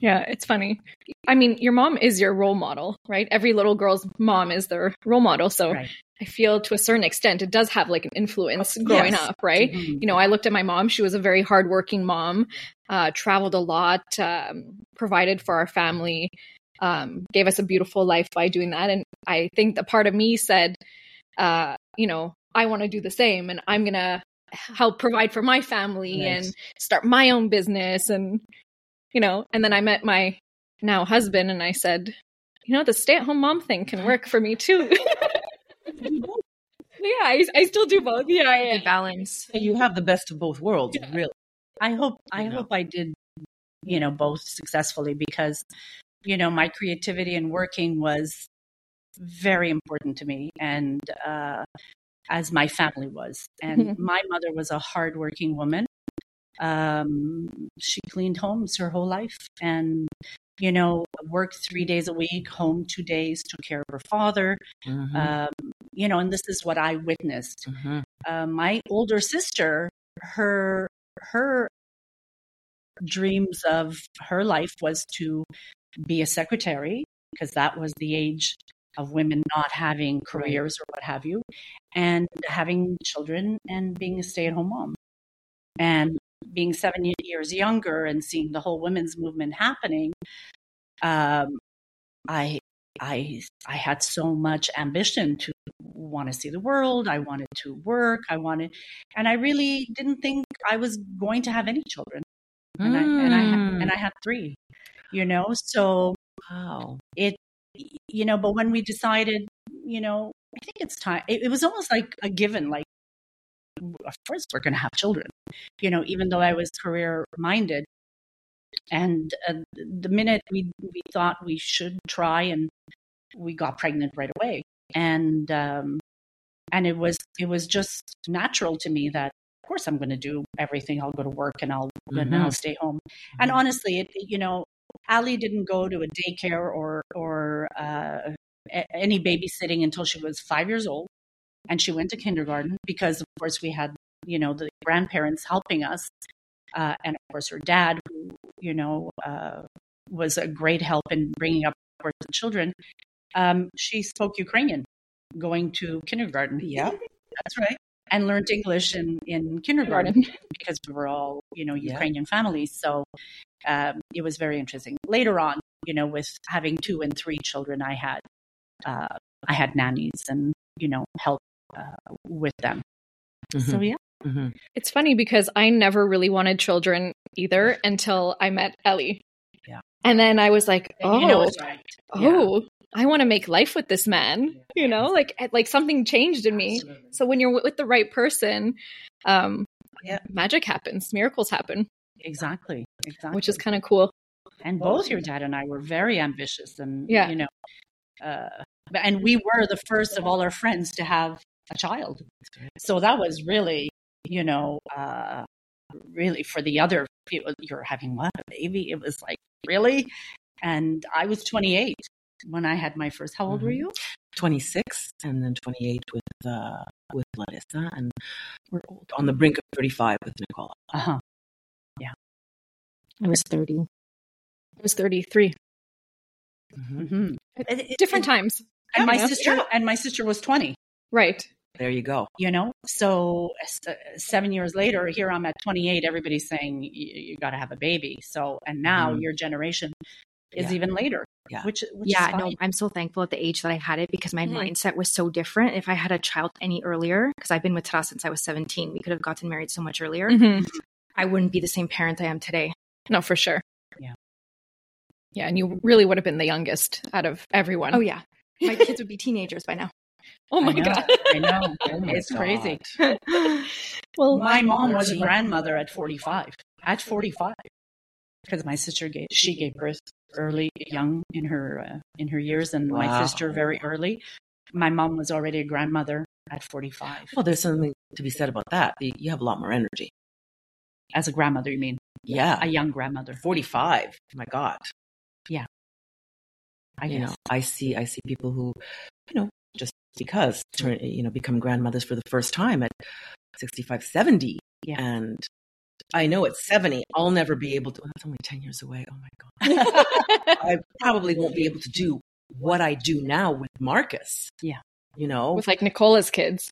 [SPEAKER 5] Yeah, it's funny. I mean, your mom is your role model, right? Every little girl's mom is their role model. So
[SPEAKER 6] Right.
[SPEAKER 5] I feel to a certain extent it does have like an influence growing
[SPEAKER 3] yes.
[SPEAKER 5] up, right?
[SPEAKER 3] Mm-hmm.
[SPEAKER 6] Mhm.
[SPEAKER 5] You know, I looked at my mom. She was a very hardworking mom, uh, traveled a lot, um, provided for our family, um, gave us a beautiful life by doing that. And I think the part of me said, uh, you know, I want to do the same and I'm going to help provide for my family
[SPEAKER 3] Right.
[SPEAKER 5] and start my own business. And, you know, and then I met my now husband and I said, you know, the stay at home mom thing can work for me too. yeah, I, I still do both. Yeah, yeah.
[SPEAKER 4] Good balance.
[SPEAKER 3] So you have the best of both worlds, really.
[SPEAKER 6] I hope I
[SPEAKER 3] Yeah.
[SPEAKER 6] hope I did, you know, both successfully because, you know, my creativity and working was very important to me, and uh, as my family was. And
[SPEAKER 5] Mhm.
[SPEAKER 6] my mother was a hardworking woman. Um, she cleaned homes her whole life, and you know, worked three days a week, home two days, took care of her father.
[SPEAKER 3] Mhm.
[SPEAKER 6] Um, you know, and this is what I witnessed
[SPEAKER 3] Mhm.
[SPEAKER 6] uh, my older sister, her her dreams of her life was to be a secretary because that was the age of women not having careers or what have you, and having children and being a stay at home mom, and being seven ye- years younger and seeing the whole women's movement happening. Um, I I I had so much ambition to want to see the world. I wanted to work. I wanted, and I really didn't think I was going to have any children. And I and I
[SPEAKER 3] Mm.
[SPEAKER 6] had, and I had three, you know. So
[SPEAKER 3] Wow.
[SPEAKER 6] it, you know. But when we decided, you know, I think it's time. It, it was almost like a given. Like, of course, we're going to have children. You know, even though I was career minded, and uh, the minute we we thought we should try and we got pregnant right away and um and it was it was just natural to me that of course i'm going to do everything i'll go to work and i'll and
[SPEAKER 3] Mhm.
[SPEAKER 6] i'll stay home and honestly it, it- you know ali didn't go to a daycare or or uh a- any babysitting until she was five years old and she went to kindergarten because of course we had you know the grandparents helping us uh, and of course her dad who you know uh, was a great help in bringing up her children um, she spoke ukrainian going to kindergarten
[SPEAKER 3] Yeah.
[SPEAKER 6] that's right and learned english in, in kindergarten
[SPEAKER 5] Garden.
[SPEAKER 6] because we were all you know
[SPEAKER 3] Yeah.
[SPEAKER 6] ukrainian families so um, it was very interesting later on you know with having two and three children i had uh, i had nannies and you know help uh, with them so yeah
[SPEAKER 3] Mhm.
[SPEAKER 5] It's funny because I never really wanted children either until I met Ellie.
[SPEAKER 3] Yeah.
[SPEAKER 5] And then I was like, oh,
[SPEAKER 6] you know it's right.
[SPEAKER 5] oh, I want to make life with this man. You know, like like something changed in me.
[SPEAKER 3] Absolutely.
[SPEAKER 5] So when you're w- with the right person, um,
[SPEAKER 3] Yeah.
[SPEAKER 5] magic happens, miracles happen,
[SPEAKER 6] exactly exactly
[SPEAKER 5] which is kind of cool.
[SPEAKER 6] and both your dad and I were very ambitious and
[SPEAKER 5] Yeah.
[SPEAKER 6] you know uh but- and we were the first of all our friends to have a child so that was really you know uh really for the other people, you're having what, a baby? It was like, really? And I was 28 when I had my first. How old were Mm-hmm. you?
[SPEAKER 3] 26 and then 28 with uh, with Larissa, and we're old, on the brink of 35 with Nicola.
[SPEAKER 6] Uh huh.
[SPEAKER 4] I was 30.
[SPEAKER 5] I was 33.
[SPEAKER 3] Mhm.
[SPEAKER 6] hmm
[SPEAKER 5] Different times.
[SPEAKER 6] And my
[SPEAKER 5] Yeah.
[SPEAKER 6] sister and my sister was 20.
[SPEAKER 5] Right.
[SPEAKER 3] There you go.
[SPEAKER 6] you know so s- uh, seven years later here i'm at 28 everybody's saying "Y- you got to have a baby so and now
[SPEAKER 3] Mhm.
[SPEAKER 6] your generation is
[SPEAKER 3] Yeah.
[SPEAKER 6] even later
[SPEAKER 3] Yeah.
[SPEAKER 6] which, which
[SPEAKER 4] yeah,
[SPEAKER 6] is fine. Mm-hmm.
[SPEAKER 4] no, I'm so thankful at the age that I had it because my
[SPEAKER 5] Mm.
[SPEAKER 4] mindset was so different. If I had a child any earlier, because I've been with Tara since I was 17, we could have gotten married so much earlier.
[SPEAKER 6] Mm-hmm.
[SPEAKER 5] Mhm.
[SPEAKER 4] I wouldn't be the same parent I am today.
[SPEAKER 5] No, for sure.
[SPEAKER 6] Yeah.
[SPEAKER 5] Yeah. And you really would have been the youngest out of everyone.
[SPEAKER 4] Oh, yeah. My kids would be teenagers by now.
[SPEAKER 5] Oh,
[SPEAKER 6] I
[SPEAKER 5] my
[SPEAKER 6] know,
[SPEAKER 5] God.
[SPEAKER 6] i know
[SPEAKER 3] Oh my
[SPEAKER 6] it's crazy
[SPEAKER 5] well,
[SPEAKER 6] my mom was a
[SPEAKER 3] Gee.
[SPEAKER 6] grandmother at 45 at 45 because my sister gave she gave birth early young in her uh, in her years and my
[SPEAKER 3] Wow.
[SPEAKER 6] sister very early my mom was already a grandmother at 45
[SPEAKER 3] Well, there's something to be said about that. You you have a lot more energy.
[SPEAKER 6] as a grandmother you mean
[SPEAKER 3] Yeah.
[SPEAKER 6] a young grandmother
[SPEAKER 3] 45. My God.
[SPEAKER 6] i
[SPEAKER 3] you
[SPEAKER 6] guess
[SPEAKER 3] know i see i see people who you know just because turn you know become grandmothers for the first time at 65 70
[SPEAKER 6] Yeah.
[SPEAKER 3] and i know at 70 i'll never be able to "Oh, that's only 10 years away oh my god i probably won't be able to do what i do now with marcus
[SPEAKER 6] Yeah.
[SPEAKER 3] you know
[SPEAKER 5] with like Nicola's kids.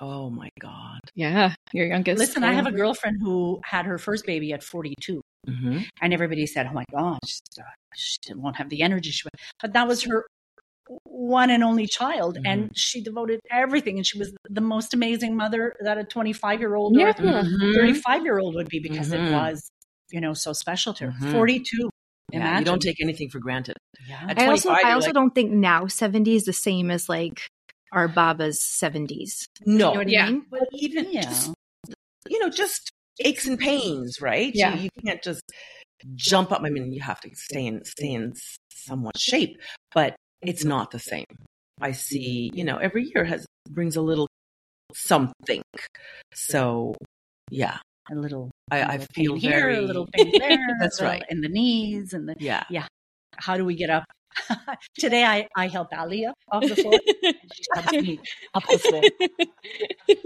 [SPEAKER 3] oh my god
[SPEAKER 5] Yeah. Your youngest.
[SPEAKER 6] Listen, I have a girlfriend who had her first baby at 42,
[SPEAKER 3] hmm
[SPEAKER 6] and everybody said, "Oh my gosh, she didn't- won't have the energy." She would. But that was her one and only child,
[SPEAKER 3] Mm-hmm.
[SPEAKER 6] and she devoted everything, and she was the most amazing mother that a 25 year old
[SPEAKER 5] Yeah.
[SPEAKER 6] or
[SPEAKER 3] Mm-hmm.
[SPEAKER 6] 35 year old would be because
[SPEAKER 3] Mhm.
[SPEAKER 6] it was, you know, so special to her.
[SPEAKER 3] Mhm.
[SPEAKER 6] 42.
[SPEAKER 3] yeah, you
[SPEAKER 6] Imagine.
[SPEAKER 3] don't take anything for granted
[SPEAKER 6] Yeah.
[SPEAKER 3] At
[SPEAKER 4] I also, I
[SPEAKER 3] 25, you're
[SPEAKER 4] also
[SPEAKER 3] like-
[SPEAKER 4] don't think now 70 is the same as like our Baba's 70s.
[SPEAKER 3] no
[SPEAKER 4] You know what
[SPEAKER 5] Yeah.
[SPEAKER 4] I mean?
[SPEAKER 3] but even
[SPEAKER 6] Yeah.
[SPEAKER 3] just you know, just aches and pains, right?
[SPEAKER 5] Yeah.
[SPEAKER 3] You, you can't just jump up. I mean, you have to stay in stay in somewhat shape, but it's not the same. I see, you know, every year has brings a little something. So, yeah,
[SPEAKER 6] A little,
[SPEAKER 3] I,
[SPEAKER 6] a
[SPEAKER 3] I
[SPEAKER 6] little
[SPEAKER 3] feel
[SPEAKER 6] pain
[SPEAKER 3] very
[SPEAKER 6] here, a little pain there.
[SPEAKER 3] That's
[SPEAKER 6] a little
[SPEAKER 3] right.
[SPEAKER 6] In the knees and the
[SPEAKER 3] yeah.
[SPEAKER 6] how do we get up? Today I, I help Ali up off the floor. and she helps me up the floor.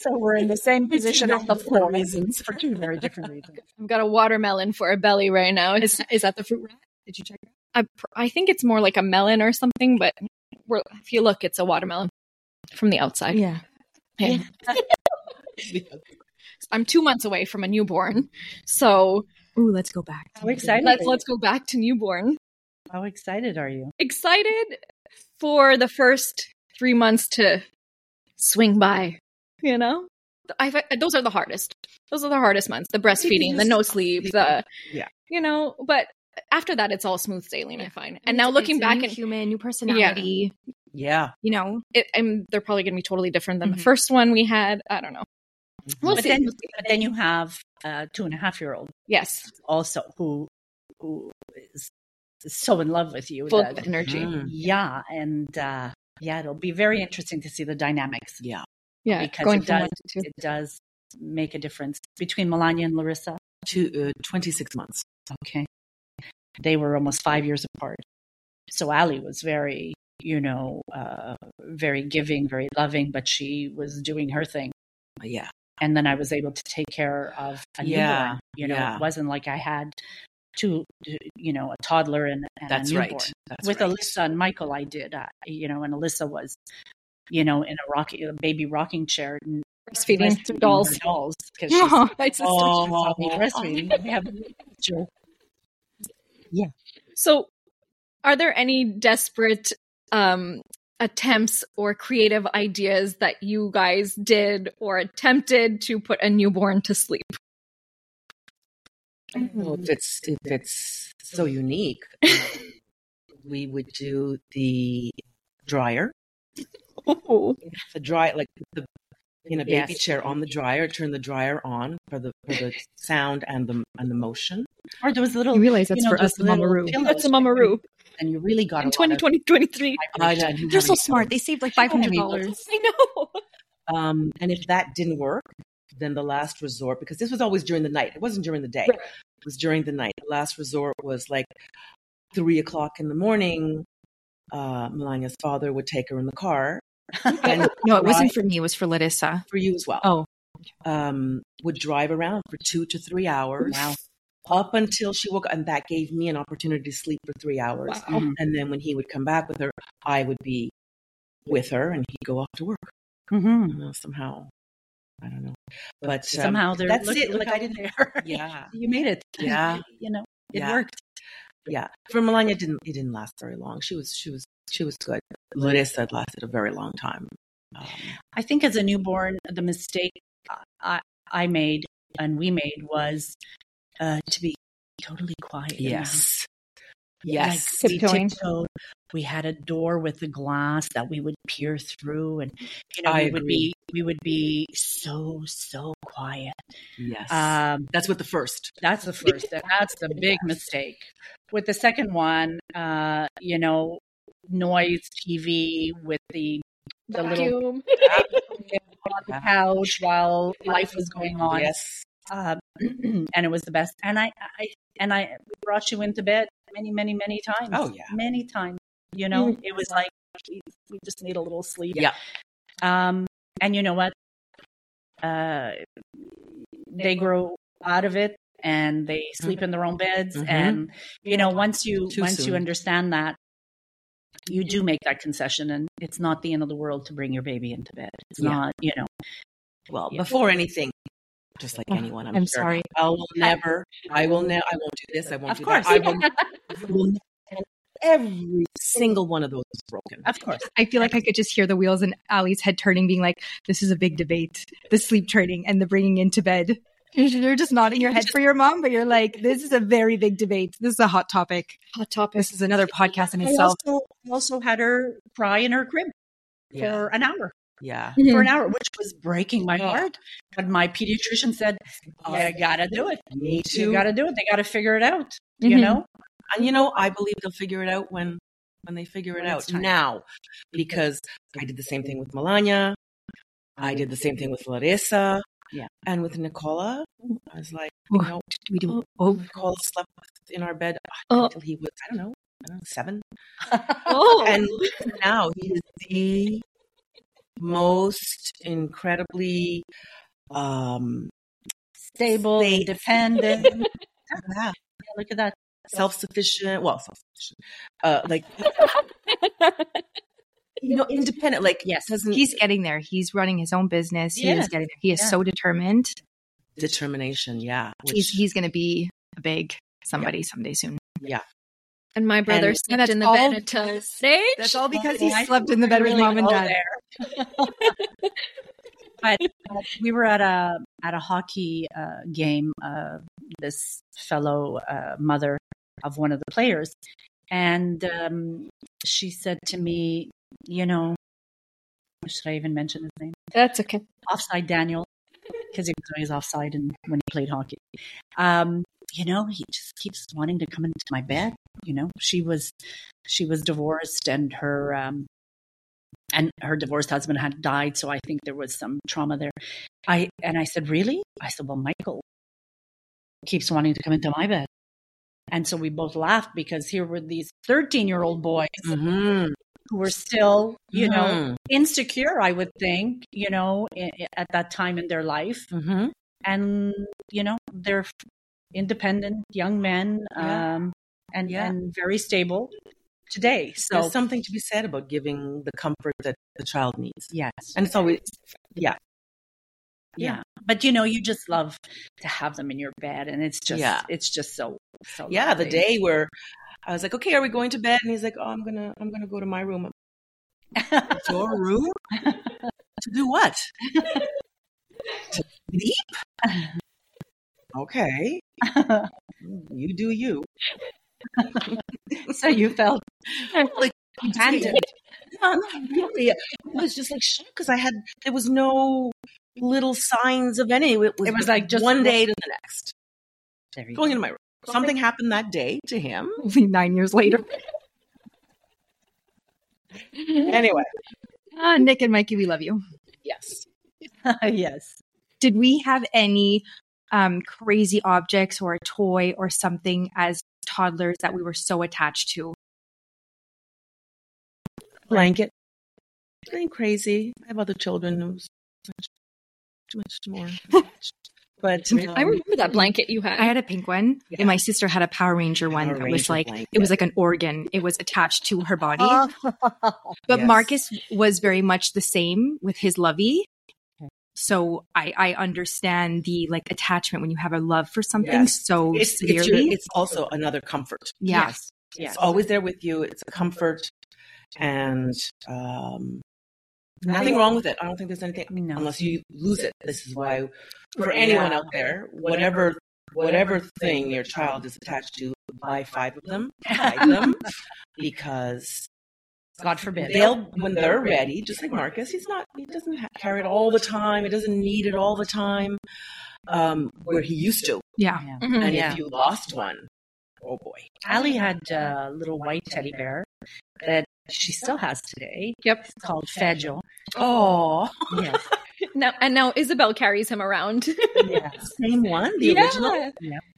[SPEAKER 6] So we're in the same position on the floor. Reasons for two very different reasons.
[SPEAKER 5] I've got a watermelon for a belly right now. Is is that the fruit rat? Did you check? That? I pr- I think it's more like a melon or something, but we're, if you look, it's a watermelon from the outside.
[SPEAKER 4] Yeah.
[SPEAKER 5] Yeah. I'm two months away from a newborn, so
[SPEAKER 4] Ooh, let's go back.
[SPEAKER 6] How excited!
[SPEAKER 5] let's
[SPEAKER 6] are
[SPEAKER 5] let's go back to newborn.
[SPEAKER 6] you? How excited are you?
[SPEAKER 5] Excited for the first three months to swing by. You know, I those are the hardest. Those are the hardest months: the breastfeeding, the no sleep, the
[SPEAKER 3] Yeah.
[SPEAKER 5] You know, but after that, it's all smooth sailing. I find,
[SPEAKER 4] It's-
[SPEAKER 5] and now looking
[SPEAKER 4] it's a
[SPEAKER 5] back
[SPEAKER 4] new
[SPEAKER 5] and
[SPEAKER 4] human, new personality,
[SPEAKER 3] Yeah.
[SPEAKER 4] you know,
[SPEAKER 5] it, and they're probably going to be totally different than
[SPEAKER 4] Mhm.
[SPEAKER 5] the first one we had. I don't know. We'll
[SPEAKER 6] But
[SPEAKER 5] see.
[SPEAKER 6] then, but then you have a two and a half year old
[SPEAKER 5] yes,
[SPEAKER 6] also who who is so in love with you.
[SPEAKER 5] full of
[SPEAKER 6] that-
[SPEAKER 5] energy.
[SPEAKER 3] Mm.
[SPEAKER 6] yeah, and uh, yeah, it'll be very interesting to see the dynamics.
[SPEAKER 3] Yeah.
[SPEAKER 5] Yeah,
[SPEAKER 6] Because
[SPEAKER 5] going
[SPEAKER 6] it
[SPEAKER 5] from
[SPEAKER 6] does-
[SPEAKER 5] one to two.
[SPEAKER 6] It does make a difference between Melania and Larissa.
[SPEAKER 3] Two, uh, 26 months.
[SPEAKER 6] Okay. They were almost five years apart. So Allie was very, you know, uh, very giving, very loving, but she was doing her thing.
[SPEAKER 3] Yeah.
[SPEAKER 6] And then I was able to take care of a
[SPEAKER 3] Yeah,
[SPEAKER 6] newborn. You know,
[SPEAKER 3] yeah.
[SPEAKER 6] it wasn't like I had two, you know, a toddler and, and
[SPEAKER 3] That's
[SPEAKER 6] a newborn.
[SPEAKER 3] right. That's
[SPEAKER 6] With
[SPEAKER 3] right.
[SPEAKER 6] Alyssa and Michael, I did, uh, you know, and Alyssa was, you know, in a rocky, a baby rocking chair, n-
[SPEAKER 5] breastfeeding
[SPEAKER 6] breastfeeding her
[SPEAKER 5] dolls.
[SPEAKER 6] dolls, because she's
[SPEAKER 4] Oh,
[SPEAKER 5] My sister.
[SPEAKER 6] oh, breastfeeding. We have a picture.
[SPEAKER 5] So, are there any desperate um, attempts or creative ideas that you guys did or attempted to put a newborn to sleep?
[SPEAKER 3] I don't know if it's if it's so unique. Um, we would do the dryer,
[SPEAKER 5] Oh,
[SPEAKER 3] the dry like the in a baby
[SPEAKER 6] Yes.
[SPEAKER 3] chair on the dryer. Turn the dryer on for the for the sound and the and the motion.
[SPEAKER 6] Or those little
[SPEAKER 4] you realize that's
[SPEAKER 6] you know,
[SPEAKER 4] for us,
[SPEAKER 6] those little
[SPEAKER 4] Mamaroo.
[SPEAKER 6] pillows
[SPEAKER 5] that's a Mama Roo
[SPEAKER 6] And you really got
[SPEAKER 5] in
[SPEAKER 6] a lot of
[SPEAKER 5] 2023.
[SPEAKER 3] I know.
[SPEAKER 4] They're so smart. They saved like
[SPEAKER 6] I mean,
[SPEAKER 4] $500.
[SPEAKER 5] I know.
[SPEAKER 3] Um, and if that didn't work, Then the last resort, because this was always during the night. It wasn't during the day. Right. It was during the night. The last resort was like three o'clock in the morning. Uh, Melania's father would take her in the car.
[SPEAKER 4] And no, it wasn't for me. It was for Larissa.
[SPEAKER 3] For you as well.
[SPEAKER 4] Oh.
[SPEAKER 3] Um, would drive around for two to three hours. Wow up until she woke up and that gave me an opportunity to sleep for three hours wow. and then when he would come back with her i would be with her and he'd go off to work
[SPEAKER 6] mm-hmm.
[SPEAKER 3] you know, somehow i don't know but
[SPEAKER 6] somehow um,
[SPEAKER 3] that's look, it
[SPEAKER 6] look
[SPEAKER 3] like i didn't
[SPEAKER 6] there
[SPEAKER 3] yeah
[SPEAKER 6] you made it
[SPEAKER 3] yeah
[SPEAKER 6] you know it
[SPEAKER 3] yeah.
[SPEAKER 6] worked
[SPEAKER 3] yeah for melania it didn't it didn't last very long she was she was she was good larissa lasted a very long time
[SPEAKER 6] um, i think as a newborn the mistake i i made and we made was uh, to be totally quiet.
[SPEAKER 3] Yes. Yes.
[SPEAKER 6] Like, tiptoed. We had a door with a glass that we would peer through, and you know, I we agree. would be we would be so so quiet.
[SPEAKER 3] Yes.
[SPEAKER 6] Uh,
[SPEAKER 3] Um, that's what the first.
[SPEAKER 6] That's the first. that's the big yes. mistake. With the second one, uh, you know, noise TV with the the
[SPEAKER 5] Vacuum.
[SPEAKER 6] little on the couch while life was going on.
[SPEAKER 3] Yes.
[SPEAKER 6] Um, and it was the best. And I, I and I brought you into bed many, many, many times.
[SPEAKER 3] Oh yeah,
[SPEAKER 6] many times. You know, mm-hmm. it was like we just need a little sleep.
[SPEAKER 3] Yeah.
[SPEAKER 6] Um, and you know what? Uh, they grow out of it and they sleep mm-hmm. in their own beds. Mm-hmm. And you know, once you Too once soon. you understand that. You do make that concession, and it's not the end of the world to bring your baby into bed. It's yeah. not, you know.
[SPEAKER 3] Well, before anything, just like oh, anyone. I'm,
[SPEAKER 4] I'm
[SPEAKER 3] sure.
[SPEAKER 4] sorry.
[SPEAKER 3] I will never. I will never. I won't do this. I won't. Of do course. That. I will. will never, every single one of those is broken.
[SPEAKER 6] Of course.
[SPEAKER 4] I feel like I could just hear the wheels in Ali's head turning, being like, "This is a big debate: the sleep training and the bringing into bed." You're just nodding your head for your mom, but you're like, "This is a very big debate. This is a hot topic.
[SPEAKER 5] Hot topic.
[SPEAKER 4] This is another podcast in itself."
[SPEAKER 6] I also, also had her cry in her crib yeah. for an hour.
[SPEAKER 3] Yeah.
[SPEAKER 6] Mm-hmm. For an hour, which was breaking my heart. But my pediatrician said, oh, I gotta do it.
[SPEAKER 3] Me too.
[SPEAKER 6] You gotta do it. They gotta figure it out. Mm-hmm. You know?
[SPEAKER 3] And you know, I believe they'll figure it out when when they figure it when out now. Because I did the same thing with Melania. I did the same thing with Larissa.
[SPEAKER 6] Yeah.
[SPEAKER 3] And with Nicola, I was like, you know, we do oh Nicola slept in our bed oh. until he was, I don't know, I don't know, seven.
[SPEAKER 5] oh.
[SPEAKER 3] And now he is the most incredibly um,
[SPEAKER 6] stable, stable. independent.
[SPEAKER 3] yeah. Look at that. Self sufficient. Well, self sufficient. Uh, like, you know, independent. Like,
[SPEAKER 4] yes, he's getting there. He's running his own business. He yeah. is getting there. He is yeah. so determined.
[SPEAKER 3] Determination. Yeah.
[SPEAKER 4] Which, he's he's going to be a big somebody yeah. someday soon.
[SPEAKER 3] Yeah.
[SPEAKER 5] And my brother and, slept and in the all, bed until stage.
[SPEAKER 4] That's all because he slept in the bed with really mom and dad.
[SPEAKER 6] but uh, we were at a at a hockey uh, game. Uh, this fellow uh, mother of one of the players, and um, she said to me, "You know, should I even mention his name?
[SPEAKER 5] That's okay.
[SPEAKER 6] Offside Daniel, because he was always offside and when he played hockey. Um, you know, he just keeps wanting to come into my bed. You know, she was she was divorced and her um, and her divorced husband had died, so I think there was some trauma there. I and I said, "Really?" I said, "Well, Michael keeps wanting to come into my bed." And so we both laughed because here were these 13-year-old boys
[SPEAKER 3] mm-hmm.
[SPEAKER 6] who were still, you
[SPEAKER 3] Mm.
[SPEAKER 6] mm-hmm. know, insecure, I would think, you know, I- at that time in their life.
[SPEAKER 3] Mm-hmm.
[SPEAKER 6] And, you know, they're independent young men yeah. um, and, yeah. and very stable today. So
[SPEAKER 3] there's something to be said about giving the comfort that the child needs.
[SPEAKER 6] Yes,
[SPEAKER 3] and it's always yeah.
[SPEAKER 6] Yeah. yeah. But you know, you just love to have them in your bed and it's just yeah. it's just so so
[SPEAKER 3] Yeah, lovely. the day where I was like, Okay, are we going to bed? And he's like, Oh, I'm gonna I'm gonna go to my room. Your room? to do what? to sleep? Okay. you do you.
[SPEAKER 6] so you felt
[SPEAKER 3] like abandoned. no, not really. It was just like shocked because I had there was no little signs of any. It was,
[SPEAKER 6] it was like just
[SPEAKER 3] one day to the next. Going go. into my room. Something happened that day to him.
[SPEAKER 4] Nine years later.
[SPEAKER 3] anyway,
[SPEAKER 4] Ah, uh, Nick and Mikey, we love you.
[SPEAKER 3] Yes.
[SPEAKER 6] Uh, yes.
[SPEAKER 4] did we have any um, crazy objects or a toy or something as toddlers that we were so attached to?
[SPEAKER 3] Blanket. Nothing crazy. I have other children. It was too much, too much more. but um,
[SPEAKER 5] I remember that blanket you had.
[SPEAKER 4] I had a pink one,
[SPEAKER 3] Yeah.
[SPEAKER 4] and my sister had a Power Ranger one
[SPEAKER 3] Power
[SPEAKER 4] that was
[SPEAKER 3] Ranger
[SPEAKER 4] like
[SPEAKER 3] blanket.
[SPEAKER 4] it was like an organ. It was attached to her body.
[SPEAKER 6] Oh.
[SPEAKER 4] but
[SPEAKER 3] Yes.
[SPEAKER 4] Marcus was very much the same with his lovey. So I, I understand the like attachment when you have a love for something
[SPEAKER 3] Yes.
[SPEAKER 4] so
[SPEAKER 3] it's, it's,
[SPEAKER 4] severely.
[SPEAKER 3] your, it's also another comfort.
[SPEAKER 4] yeah.
[SPEAKER 3] It's always there with you. It's a comfort, and um, nothing wrong with it. I don't think there's anything
[SPEAKER 6] No.
[SPEAKER 3] unless you lose it. This is why, for anyone out there, whatever whatever thing your child is attached to, buy five of them, hide them, because
[SPEAKER 6] God forbid.
[SPEAKER 3] they'll when they're ready. Just like Marcus, he's not. He doesn't ha- carry it all the time. He doesn't need it all the time, um, where he used to.
[SPEAKER 4] Yeah.
[SPEAKER 5] Mhm.
[SPEAKER 3] And
[SPEAKER 6] Yeah.
[SPEAKER 3] if you lost one, oh boy.
[SPEAKER 6] Allie had a little white teddy bear that she still has today.
[SPEAKER 5] Yep.
[SPEAKER 6] It's called Fedgel.
[SPEAKER 3] Oh,
[SPEAKER 6] Yes.
[SPEAKER 5] Now and now Isabel carries him around.
[SPEAKER 6] yeah.
[SPEAKER 3] same one, the
[SPEAKER 5] Yeah.
[SPEAKER 3] original.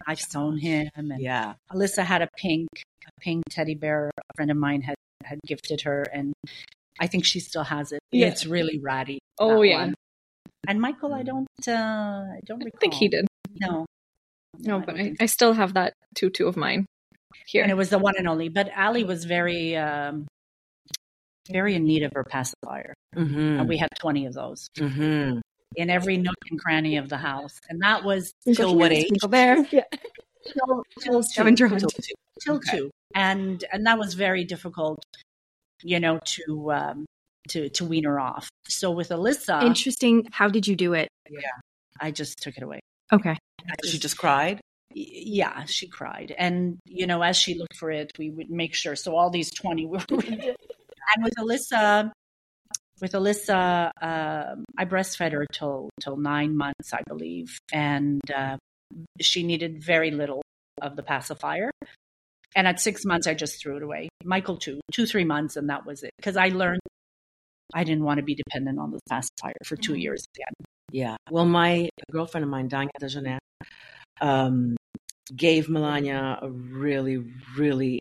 [SPEAKER 6] I've sewn him and
[SPEAKER 3] Yeah.
[SPEAKER 6] Alyssa had a pink, a pink teddy bear. A friend of mine had had gifted her, and I think she still has it.
[SPEAKER 5] Yeah.
[SPEAKER 6] It's really ratty.
[SPEAKER 5] Oh
[SPEAKER 6] that
[SPEAKER 5] yeah. Mm.
[SPEAKER 6] one. And Michael, I don't, uh, I don't
[SPEAKER 5] I
[SPEAKER 6] recall.
[SPEAKER 5] think he did.
[SPEAKER 6] No,
[SPEAKER 5] No,
[SPEAKER 6] I
[SPEAKER 5] but
[SPEAKER 6] don't
[SPEAKER 5] Oh, I,
[SPEAKER 6] think
[SPEAKER 5] I still have that tutu of mine here.
[SPEAKER 6] and it was the one and only. But Allie was very, um, very in need of her pacifier,
[SPEAKER 3] Mm-hmm.
[SPEAKER 5] Mm.
[SPEAKER 6] and we had twenty of those
[SPEAKER 3] mm-hmm.
[SPEAKER 6] in every nook and cranny of the house. And that was
[SPEAKER 3] Till what age?
[SPEAKER 5] there. Yeah.
[SPEAKER 6] till, till
[SPEAKER 4] Seven
[SPEAKER 6] two,
[SPEAKER 4] to hunt.
[SPEAKER 6] till
[SPEAKER 3] Okay.
[SPEAKER 6] two, and and that was very difficult, you know, to um, to to wean her off. So with Alyssa,
[SPEAKER 4] Interesting. How did you do it?
[SPEAKER 6] I just took it away.
[SPEAKER 4] Okay.
[SPEAKER 3] She just cried.
[SPEAKER 6] Y- yeah, she cried, and you know, as she looked for it, we would make sure. So all these twenty were, and with Alyssa, with Alyssa, um I breastfed her till till nine months, I believe, and uh, she needed very little of the pacifier. And at six months, I just threw it away. Michael, two, two, three months, and that was it. Because I learned I didn't want to be dependent on the pacifier for two years again.
[SPEAKER 3] Yeah. Well, my girlfriend of mine, Danya Jeanette, um, gave Melania a really, really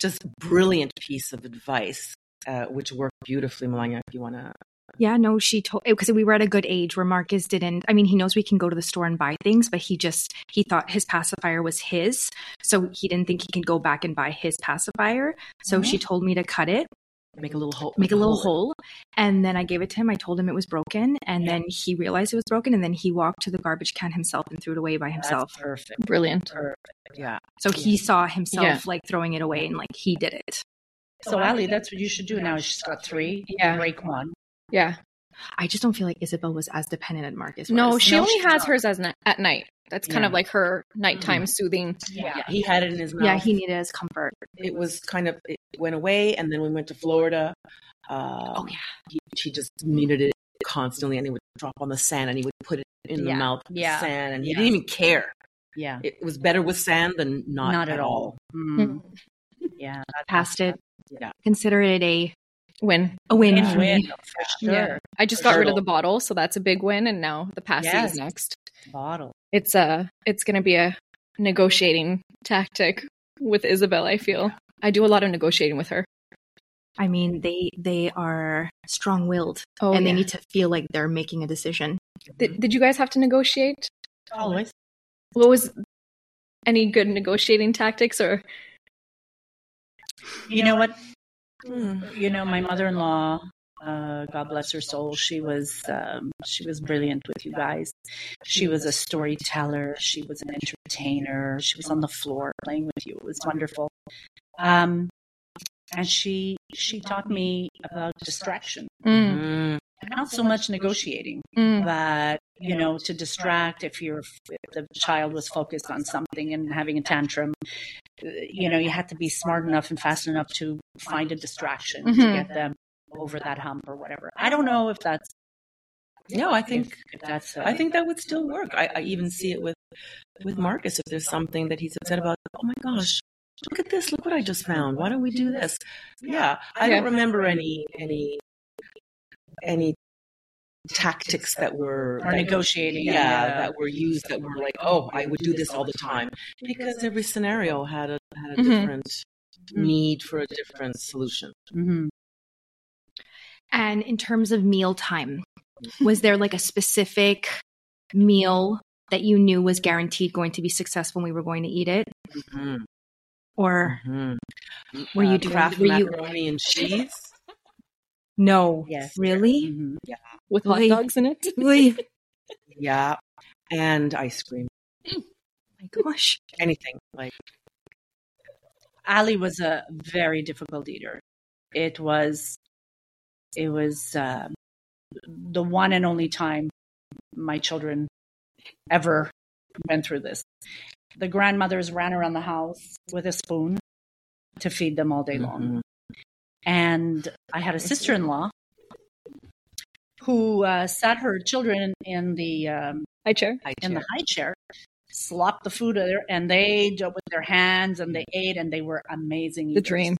[SPEAKER 3] just brilliant piece of advice, uh, which worked beautifully. Melania, if you want to.
[SPEAKER 4] Yeah, no, she told because we were at a good age where Marcus didn't. I mean, he knows we can go to the store and buy things, but he just he thought his pacifier was his, so he didn't think he could go back and buy his pacifier. So she told me to cut it,
[SPEAKER 3] Make a little hole.
[SPEAKER 4] Mm-hmm. make a little hole, and then I gave it to him. I told him it was broken, and then he realized it was broken, and then he walked to the garbage can himself and threw it away by himself.
[SPEAKER 6] That's perfect.
[SPEAKER 5] Brilliant.
[SPEAKER 6] Perfect.
[SPEAKER 3] Yeah.
[SPEAKER 4] So he saw himself
[SPEAKER 5] Yeah.
[SPEAKER 4] like throwing it away, and like he did it.
[SPEAKER 6] So, Ali, that's what you should do now. She's got three.
[SPEAKER 5] Yeah.
[SPEAKER 6] Break one.
[SPEAKER 5] Yeah.
[SPEAKER 4] I just don't feel like Isabel was as dependent as Marcus. Was.
[SPEAKER 5] No, she
[SPEAKER 6] No,
[SPEAKER 5] only
[SPEAKER 6] she's
[SPEAKER 5] has
[SPEAKER 6] not.
[SPEAKER 5] hers as ni- at night. That's kind of
[SPEAKER 6] Yeah.
[SPEAKER 5] like her nighttime soothing.
[SPEAKER 6] Yeah.
[SPEAKER 3] Yeah, He had it in his mouth.
[SPEAKER 4] yeah, he needed his comfort.
[SPEAKER 3] It was kind of. It went away, and then we went to Florida. Uh,
[SPEAKER 4] Oh yeah.
[SPEAKER 3] he, she just needed it constantly, and he would drop on the sand, and he would put it in the
[SPEAKER 6] Yeah.
[SPEAKER 3] mouth of
[SPEAKER 6] Yeah.
[SPEAKER 3] the sand, and he
[SPEAKER 6] Yeah.
[SPEAKER 3] didn't even care.
[SPEAKER 6] Yeah.
[SPEAKER 3] It was better with sand than not,
[SPEAKER 6] Not, at all. Mm. Yeah.
[SPEAKER 4] Past it.
[SPEAKER 3] Yeah.
[SPEAKER 4] Consider it a
[SPEAKER 5] Win.
[SPEAKER 4] a win
[SPEAKER 6] Win
[SPEAKER 4] for
[SPEAKER 6] win.
[SPEAKER 4] me.
[SPEAKER 6] For sure.
[SPEAKER 5] Yeah. I just
[SPEAKER 3] For
[SPEAKER 5] got
[SPEAKER 3] sure.
[SPEAKER 5] rid of the bottle, so that's a big win. And now the passy
[SPEAKER 6] Yes.
[SPEAKER 5] is next.
[SPEAKER 6] Bottle.
[SPEAKER 5] It's uh it's gonna be a negotiating tactic with Isabel, I feel. I do a lot of negotiating with her.
[SPEAKER 4] I mean, they they are strong willed
[SPEAKER 5] Oh,
[SPEAKER 4] and
[SPEAKER 5] yeah.
[SPEAKER 4] they need to feel like they're making a decision.
[SPEAKER 5] Did, did you guys have to negotiate?
[SPEAKER 6] Always.
[SPEAKER 5] What was any good negotiating tactics or
[SPEAKER 6] You know what?
[SPEAKER 3] Mm-hmm.
[SPEAKER 6] You know, my mother in law, uh, God bless her soul, she was um, she was brilliant with you guys. She was a storyteller, she was an entertainer, she was on the floor playing with you. It was wonderful. Um and she she taught me about distraction.
[SPEAKER 5] Mm,
[SPEAKER 6] Not so much negotiating.
[SPEAKER 5] mm.
[SPEAKER 6] but you know to distract if you're if the child was focused on something and having a tantrum uh, you know you had to be smart enough and fast enough to find a distraction to
[SPEAKER 3] Mm-hmm.
[SPEAKER 5] Mhm.
[SPEAKER 6] get them over that hump or whatever i don't know if that's
[SPEAKER 3] No, I think
[SPEAKER 6] if that's uh,
[SPEAKER 3] I think that would still work. I, I even see it with with Marcus. If there's something that he's upset about, oh my gosh, look at this! Look what I just found. Why don't we do this? Yeah, I don't
[SPEAKER 5] Yeah.
[SPEAKER 3] remember any any any tactics that were
[SPEAKER 6] Or
[SPEAKER 3] that-
[SPEAKER 6] negotiating.
[SPEAKER 3] yeah, that were used that were like oh i would do this all the time because Mm. every scenario had a had a
[SPEAKER 6] Mm-hmm.
[SPEAKER 5] Mhm.
[SPEAKER 3] different need for a different solution
[SPEAKER 6] Mhm.
[SPEAKER 4] And in terms of meal time, was there like a specific meal that you knew was guaranteed going to be successful and we were going to eat it?
[SPEAKER 3] Mm-hmm.
[SPEAKER 4] Or Were you doing-
[SPEAKER 3] craft
[SPEAKER 4] were you-
[SPEAKER 3] macaroni and cheese
[SPEAKER 4] no?
[SPEAKER 6] Yes.
[SPEAKER 4] Really?
[SPEAKER 3] mm-hmm.
[SPEAKER 6] Mhm.
[SPEAKER 5] with hot
[SPEAKER 4] Wait.
[SPEAKER 5] dogs in it.
[SPEAKER 4] Really? Oh
[SPEAKER 3] yeah and ice cream
[SPEAKER 4] my gosh.
[SPEAKER 3] anything like
[SPEAKER 6] Ali was a very difficult eater. It was, it was uh, the one and only time my children ever went through this. The grandmothers ran around the house with a spoon to feed them all day long.
[SPEAKER 3] Mhm.
[SPEAKER 6] And I had a sister in law who uh, sat her children in the um,
[SPEAKER 5] Hi, chair.
[SPEAKER 3] High
[SPEAKER 6] in
[SPEAKER 3] chair.
[SPEAKER 6] the high chair, slopped the food there, and they did with their hands and they ate and they were amazing.
[SPEAKER 5] The
[SPEAKER 6] eaters.
[SPEAKER 5] dream.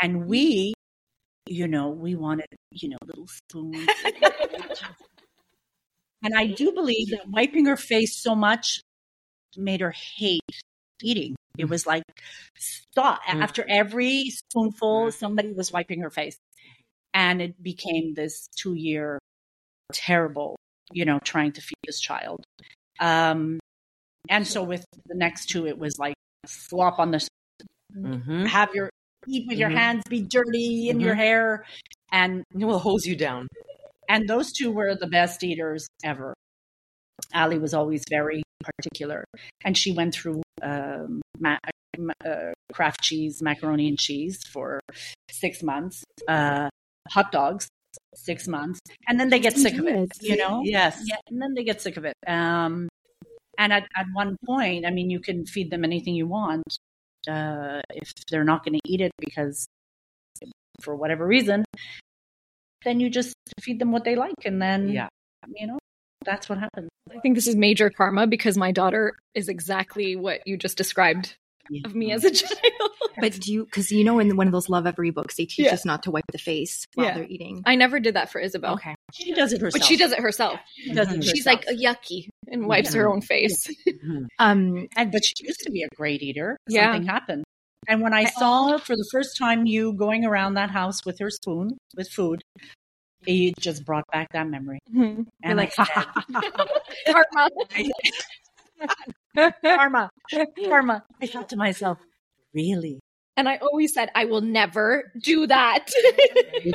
[SPEAKER 6] And we, you know, we wanted, you know, little spoons. and I do believe that wiping her face so much made her hate eating. It was like, stop.
[SPEAKER 3] Mm.
[SPEAKER 6] After every spoonful,
[SPEAKER 3] Mm.
[SPEAKER 6] somebody was wiping her face. And it became this two year terrible, you know, trying to feed this child. Um, and so with the next two, it was like slop on the
[SPEAKER 3] Mhm.
[SPEAKER 6] have your eat with your
[SPEAKER 3] Mhm.
[SPEAKER 6] hands, be dirty in your
[SPEAKER 3] Mm-hmm.
[SPEAKER 6] hair, and
[SPEAKER 3] it will hose you down
[SPEAKER 6] and those two were the best eaters ever. Ali was always very particular, and she went through um, ma- ma- uh, craft cheese, macaroni and cheese for six months, uh, hot dogs six months, and then they get sick of it. You know,
[SPEAKER 3] yes
[SPEAKER 6] Oh, yeah, and then they get sick of it. Um, and at, at one point, I mean, you can feed them anything you want uh, if they're not going to eat it because for whatever reason, then you just feed them what they like, and then
[SPEAKER 3] yeah
[SPEAKER 6] you know that's what happens.
[SPEAKER 5] I think this is major karma because my daughter is exactly what you just described of me as a child.
[SPEAKER 4] But do you, because you know, in one of those Love Every books, they teach
[SPEAKER 5] Yeah.
[SPEAKER 4] us not to wipe the face while
[SPEAKER 5] Yeah.
[SPEAKER 4] they're eating.
[SPEAKER 5] I never did that for Isabel.
[SPEAKER 4] Okay.
[SPEAKER 6] She does it herself.
[SPEAKER 5] But she does it herself.
[SPEAKER 6] She does it
[SPEAKER 5] She's
[SPEAKER 6] herself.
[SPEAKER 5] like a yucky and wipes her own face.
[SPEAKER 4] Um,
[SPEAKER 6] and but she used to be a great eater.
[SPEAKER 5] Yeah.
[SPEAKER 6] Something happened. And when I saw for the first time you going around that house with her spoon with food, it just brought back that memory.
[SPEAKER 5] Mhm.
[SPEAKER 6] And
[SPEAKER 4] like,
[SPEAKER 5] Karma.
[SPEAKER 6] karma, karma. I thought to myself, really?
[SPEAKER 5] And I always said, I will never do that.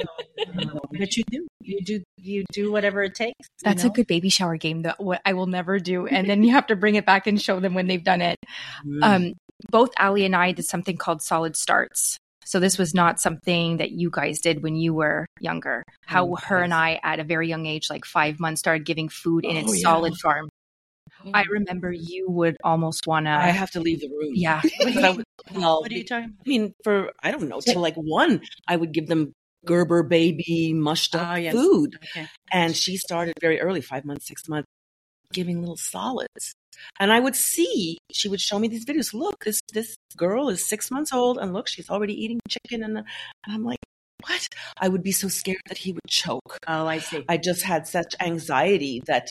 [SPEAKER 6] But you do. You do. You do whatever it takes. you
[SPEAKER 4] That's
[SPEAKER 6] know?
[SPEAKER 4] a good baby shower game that what I will never do. And then you have to bring it back and show them when they've done it.
[SPEAKER 3] Mm-hmm. Mm.
[SPEAKER 4] Um, both Ali and I did something called solid starts. So this was not something that you guys did when you were younger. How
[SPEAKER 3] Mm,
[SPEAKER 4] her and
[SPEAKER 3] yes.
[SPEAKER 4] I, at a very young age, like five months, started giving food in its
[SPEAKER 3] Oh, yeah.
[SPEAKER 4] solid form. I remember you would almost want
[SPEAKER 3] I
[SPEAKER 4] to,
[SPEAKER 3] have to leave the room.
[SPEAKER 4] yeah,
[SPEAKER 3] Because I would- well,
[SPEAKER 6] What are you talking about?
[SPEAKER 3] I mean, for I don't know, till like one, I would give them Gerber baby mushed up
[SPEAKER 6] Ah, yes.
[SPEAKER 3] food,
[SPEAKER 6] Okay.
[SPEAKER 3] and she started very early, five months, six months, giving little solids, and I would see she would show me these videos. Look, this this girl is six months old, and look, she's already eating chicken, and, and I'm like, what? I would be so scared that he would choke.
[SPEAKER 6] Oh, I see.
[SPEAKER 3] I just had such anxiety that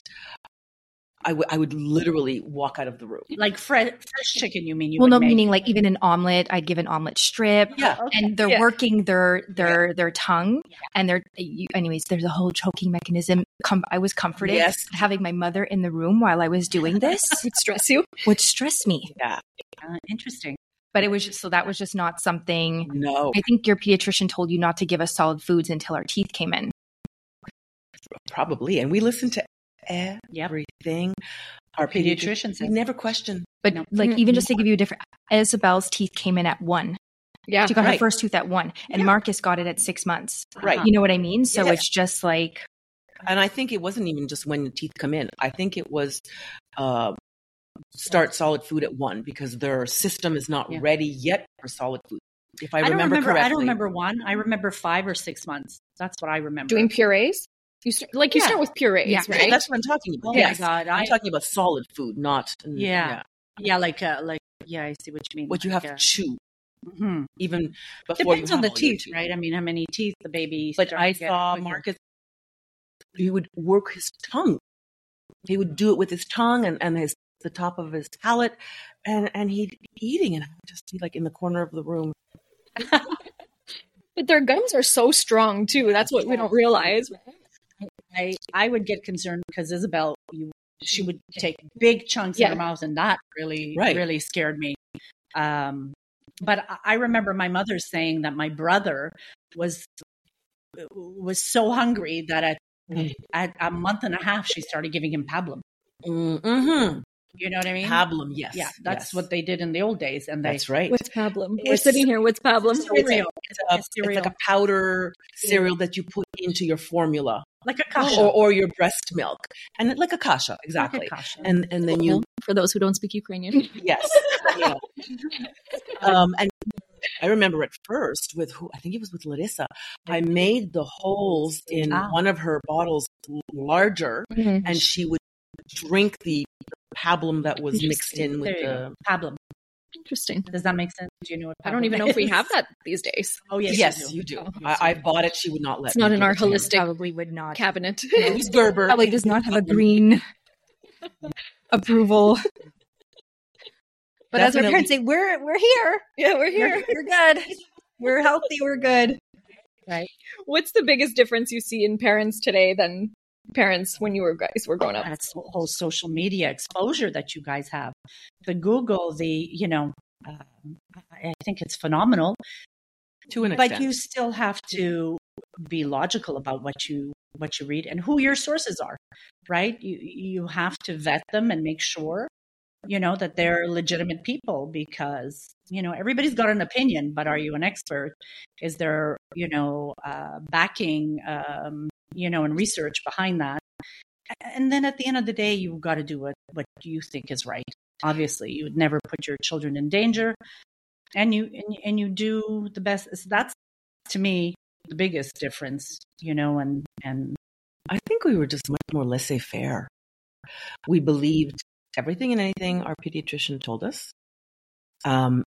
[SPEAKER 3] I would I would literally walk out of the room.
[SPEAKER 6] Like fresh, fresh chicken. You mean you?
[SPEAKER 4] well, no,
[SPEAKER 6] would make.
[SPEAKER 4] meaning like even an omelet, I'd give an omelet strip.
[SPEAKER 3] Yeah.
[SPEAKER 4] and they're
[SPEAKER 5] Yeah.
[SPEAKER 4] working their their their tongue and they're you, anyways there's a whole choking mechanism Com- i was comforted
[SPEAKER 3] Yes.
[SPEAKER 4] having my mother in the room while i was doing this
[SPEAKER 5] would stress you.
[SPEAKER 4] which stressed me
[SPEAKER 3] Yeah.
[SPEAKER 6] Uh, interesting.
[SPEAKER 4] but it was just so that was just not something
[SPEAKER 3] No.
[SPEAKER 4] i think your pediatrician told you not to give us solid foods until our teeth came in
[SPEAKER 3] Probably. And we listened to
[SPEAKER 6] Yep.
[SPEAKER 3] everything. Our pediatrician
[SPEAKER 6] Pediatrician
[SPEAKER 3] we
[SPEAKER 6] says
[SPEAKER 3] never questioned.
[SPEAKER 4] but
[SPEAKER 6] No.
[SPEAKER 4] like even just to give you a different isabel's teeth came in at one
[SPEAKER 5] Yeah.
[SPEAKER 4] she got her
[SPEAKER 3] Right.
[SPEAKER 4] first tooth at one and marcus got it at six months
[SPEAKER 3] Right.
[SPEAKER 6] Ah. Uh-huh.
[SPEAKER 4] you know what i mean so
[SPEAKER 3] Yes.
[SPEAKER 4] it's just like
[SPEAKER 3] And I think it wasn't even just when the teeth come in. I think it was uh, start solid food at one because their system is not
[SPEAKER 6] Yeah.
[SPEAKER 3] ready yet for solid food. If I,
[SPEAKER 6] I, don't
[SPEAKER 3] remember,
[SPEAKER 6] remember.
[SPEAKER 3] correctly.
[SPEAKER 6] I don't remember one. I remember five or six months. That's what I remember.
[SPEAKER 5] Doing purees. You start, like you
[SPEAKER 6] Yeah.
[SPEAKER 5] start with purees,
[SPEAKER 4] Yeah.
[SPEAKER 3] Yeah,
[SPEAKER 5] right?
[SPEAKER 3] That's what I'm talking about.
[SPEAKER 6] Oh
[SPEAKER 3] yes.
[SPEAKER 6] my god! I
[SPEAKER 3] I'm talking about solid food, not
[SPEAKER 6] Yeah. yeah, like uh, like yeah. I see what you mean.
[SPEAKER 3] what you have
[SPEAKER 6] like,
[SPEAKER 3] to
[SPEAKER 6] uh,
[SPEAKER 3] chew
[SPEAKER 6] mhm.
[SPEAKER 3] even before
[SPEAKER 6] Depends
[SPEAKER 3] you
[SPEAKER 6] on the
[SPEAKER 3] have all your
[SPEAKER 6] teeth, right? I mean, how many teeth the baby.
[SPEAKER 3] But
[SPEAKER 6] starts
[SPEAKER 3] I
[SPEAKER 6] to get
[SPEAKER 3] saw
[SPEAKER 6] quicker.
[SPEAKER 3] Marcus he would work his tongue. He would do it with his tongue and, and his the top of his palate and, and he'd be eating and I would just be like in the corner of the room.
[SPEAKER 5] but their gums are so strong too. That's what we don't realize.
[SPEAKER 6] I, I would get concerned because Isabel, you, she would take big chunks in
[SPEAKER 5] Yeah.
[SPEAKER 6] her mouth, and that really,
[SPEAKER 3] Right.
[SPEAKER 6] really scared me. Um, but I- I remember my mother saying that my brother was was so hungry that at,
[SPEAKER 3] Mm.
[SPEAKER 6] at a month and a half she started giving him pablum.
[SPEAKER 3] Mm-hmm.
[SPEAKER 6] You know what I mean?
[SPEAKER 3] Pablum, yes.
[SPEAKER 6] yeah, that's
[SPEAKER 3] yes.
[SPEAKER 6] what they did in the old days, and they
[SPEAKER 3] that's right.
[SPEAKER 5] What's pablum? We're
[SPEAKER 6] It's-
[SPEAKER 5] sitting here. What's pablum?
[SPEAKER 6] So it's, a, it's, a,
[SPEAKER 3] Uh, it's like a powder cereal that you put into your formula
[SPEAKER 6] like a kasha,
[SPEAKER 3] or, or your breast milk, and it- like a kasha,
[SPEAKER 6] Like a
[SPEAKER 3] exactly.
[SPEAKER 6] kasha.
[SPEAKER 3] And and then you
[SPEAKER 5] for those who don't speak Ukrainian.
[SPEAKER 3] yes, yeah. um, and I remember at first with who I think it was with Larissa, I made the holes in
[SPEAKER 6] Ah.
[SPEAKER 3] one of her bottles larger, and she would drink the pablum that was mixed in with
[SPEAKER 6] There you
[SPEAKER 3] the.
[SPEAKER 6] pablum.
[SPEAKER 5] Interesting.
[SPEAKER 6] Does that make sense? Do you know what?
[SPEAKER 5] I don't
[SPEAKER 6] pablum
[SPEAKER 5] even know if we
[SPEAKER 6] is?
[SPEAKER 5] have that these days.
[SPEAKER 6] Oh yes,
[SPEAKER 3] Yes,
[SPEAKER 6] you do.
[SPEAKER 3] you do. I, I bought it. She would not let.
[SPEAKER 5] It's
[SPEAKER 3] me
[SPEAKER 5] not in
[SPEAKER 3] give
[SPEAKER 5] our
[SPEAKER 3] it to her.
[SPEAKER 5] holistic
[SPEAKER 4] Probably would not.
[SPEAKER 5] cabinet.
[SPEAKER 3] It was Gerber.
[SPEAKER 4] Probably does not have a green approval. But as our
[SPEAKER 3] Definitely.
[SPEAKER 4] parents say, we're we're here.
[SPEAKER 5] yeah, we're
[SPEAKER 4] We're, we're good. We're healthy. We're good.
[SPEAKER 5] What's the biggest difference you see in parents today than parents when you were guys were growing up?
[SPEAKER 6] That's the whole social media exposure that you guys have. The Google, the you know, um, I I think it's phenomenal.
[SPEAKER 3] to an
[SPEAKER 6] But
[SPEAKER 3] extent.
[SPEAKER 6] you still have to be logical about what you what you read and who your sources are, right? You you have to vet them and make sure you know that they're legitimate people because you know everybody's got an opinion but are you an expert is there you know uh, backing um, you know and research behind that and then at the end of the day you've got to do what what you think is right obviously you would never put your children in danger and you and, and you do the best so that's to me the biggest difference you know and and
[SPEAKER 3] I think we were just much more laissez faire. We believed everything and anything our pediatrician told us. Um,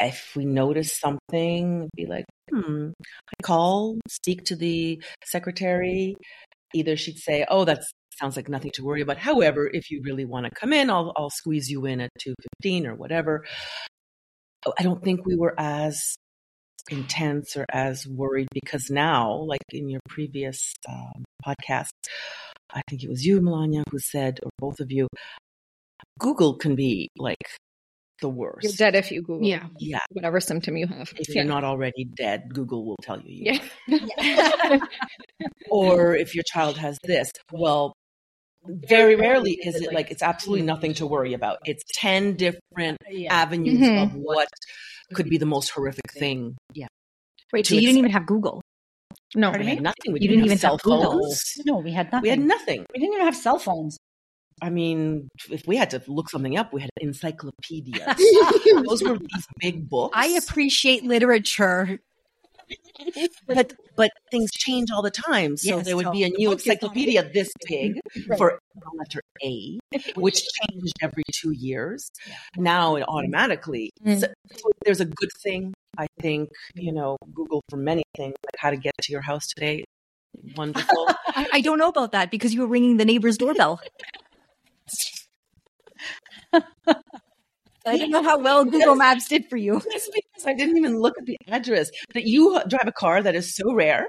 [SPEAKER 3] if we noticed something, be like, hmm, I call, speak to the secretary. Either she'd say, "Oh, that sounds like nothing to worry about." However, if you really want to come in, I'll I'll squeeze you in at two fifteen or whatever. Oh, I don't think we were as intense or as worried because now, like in your previous um, podcast, I think it was you, Melania, who said, or both of you, Google can be like the worst.
[SPEAKER 5] You're dead if you Google
[SPEAKER 4] Yeah.
[SPEAKER 3] Yeah.
[SPEAKER 5] whatever symptom you have.
[SPEAKER 3] If
[SPEAKER 5] yeah.
[SPEAKER 3] you're not already dead, Google will tell you. you
[SPEAKER 5] yeah.
[SPEAKER 3] Or if your child has this, well, very rarely is it like it's absolutely nothing to worry about. It's 10 different
[SPEAKER 6] yeah
[SPEAKER 3] avenues
[SPEAKER 5] Mhm.
[SPEAKER 3] of what could be the most horrific thing. Yeah.
[SPEAKER 4] Wait,
[SPEAKER 3] To
[SPEAKER 4] so you didn't
[SPEAKER 3] accept-
[SPEAKER 4] even have Google.
[SPEAKER 5] No.
[SPEAKER 3] We
[SPEAKER 6] Pardon
[SPEAKER 3] had
[SPEAKER 6] me?
[SPEAKER 3] nothing. We
[SPEAKER 4] You
[SPEAKER 3] didn't,
[SPEAKER 4] didn't
[SPEAKER 3] have
[SPEAKER 4] even
[SPEAKER 3] cell
[SPEAKER 4] have Google.
[SPEAKER 3] phones.
[SPEAKER 6] no we had nothing
[SPEAKER 3] We had nothing.
[SPEAKER 6] we didn't even have cell phones
[SPEAKER 3] I mean, if we had to look something up, we had encyclopedias. Those were these big books.
[SPEAKER 4] I appreciate literature.
[SPEAKER 3] but but things change all the time. So
[SPEAKER 6] Yes,
[SPEAKER 3] there would be a new
[SPEAKER 6] totally.
[SPEAKER 3] encyclopedia this big
[SPEAKER 5] Right.
[SPEAKER 3] for the letter A, which changed every two years. Now it automatically.
[SPEAKER 5] Mm.
[SPEAKER 3] So, so there's a good thing, I think. You know, Google for many things, like how to get to your house today. Wonderful.
[SPEAKER 4] I, I don't know about that because you were ringing the neighbor's doorbell. I don't know how well Google Maps did for you.
[SPEAKER 3] It's because I didn't even look at the address. That you drive a car that is so rare,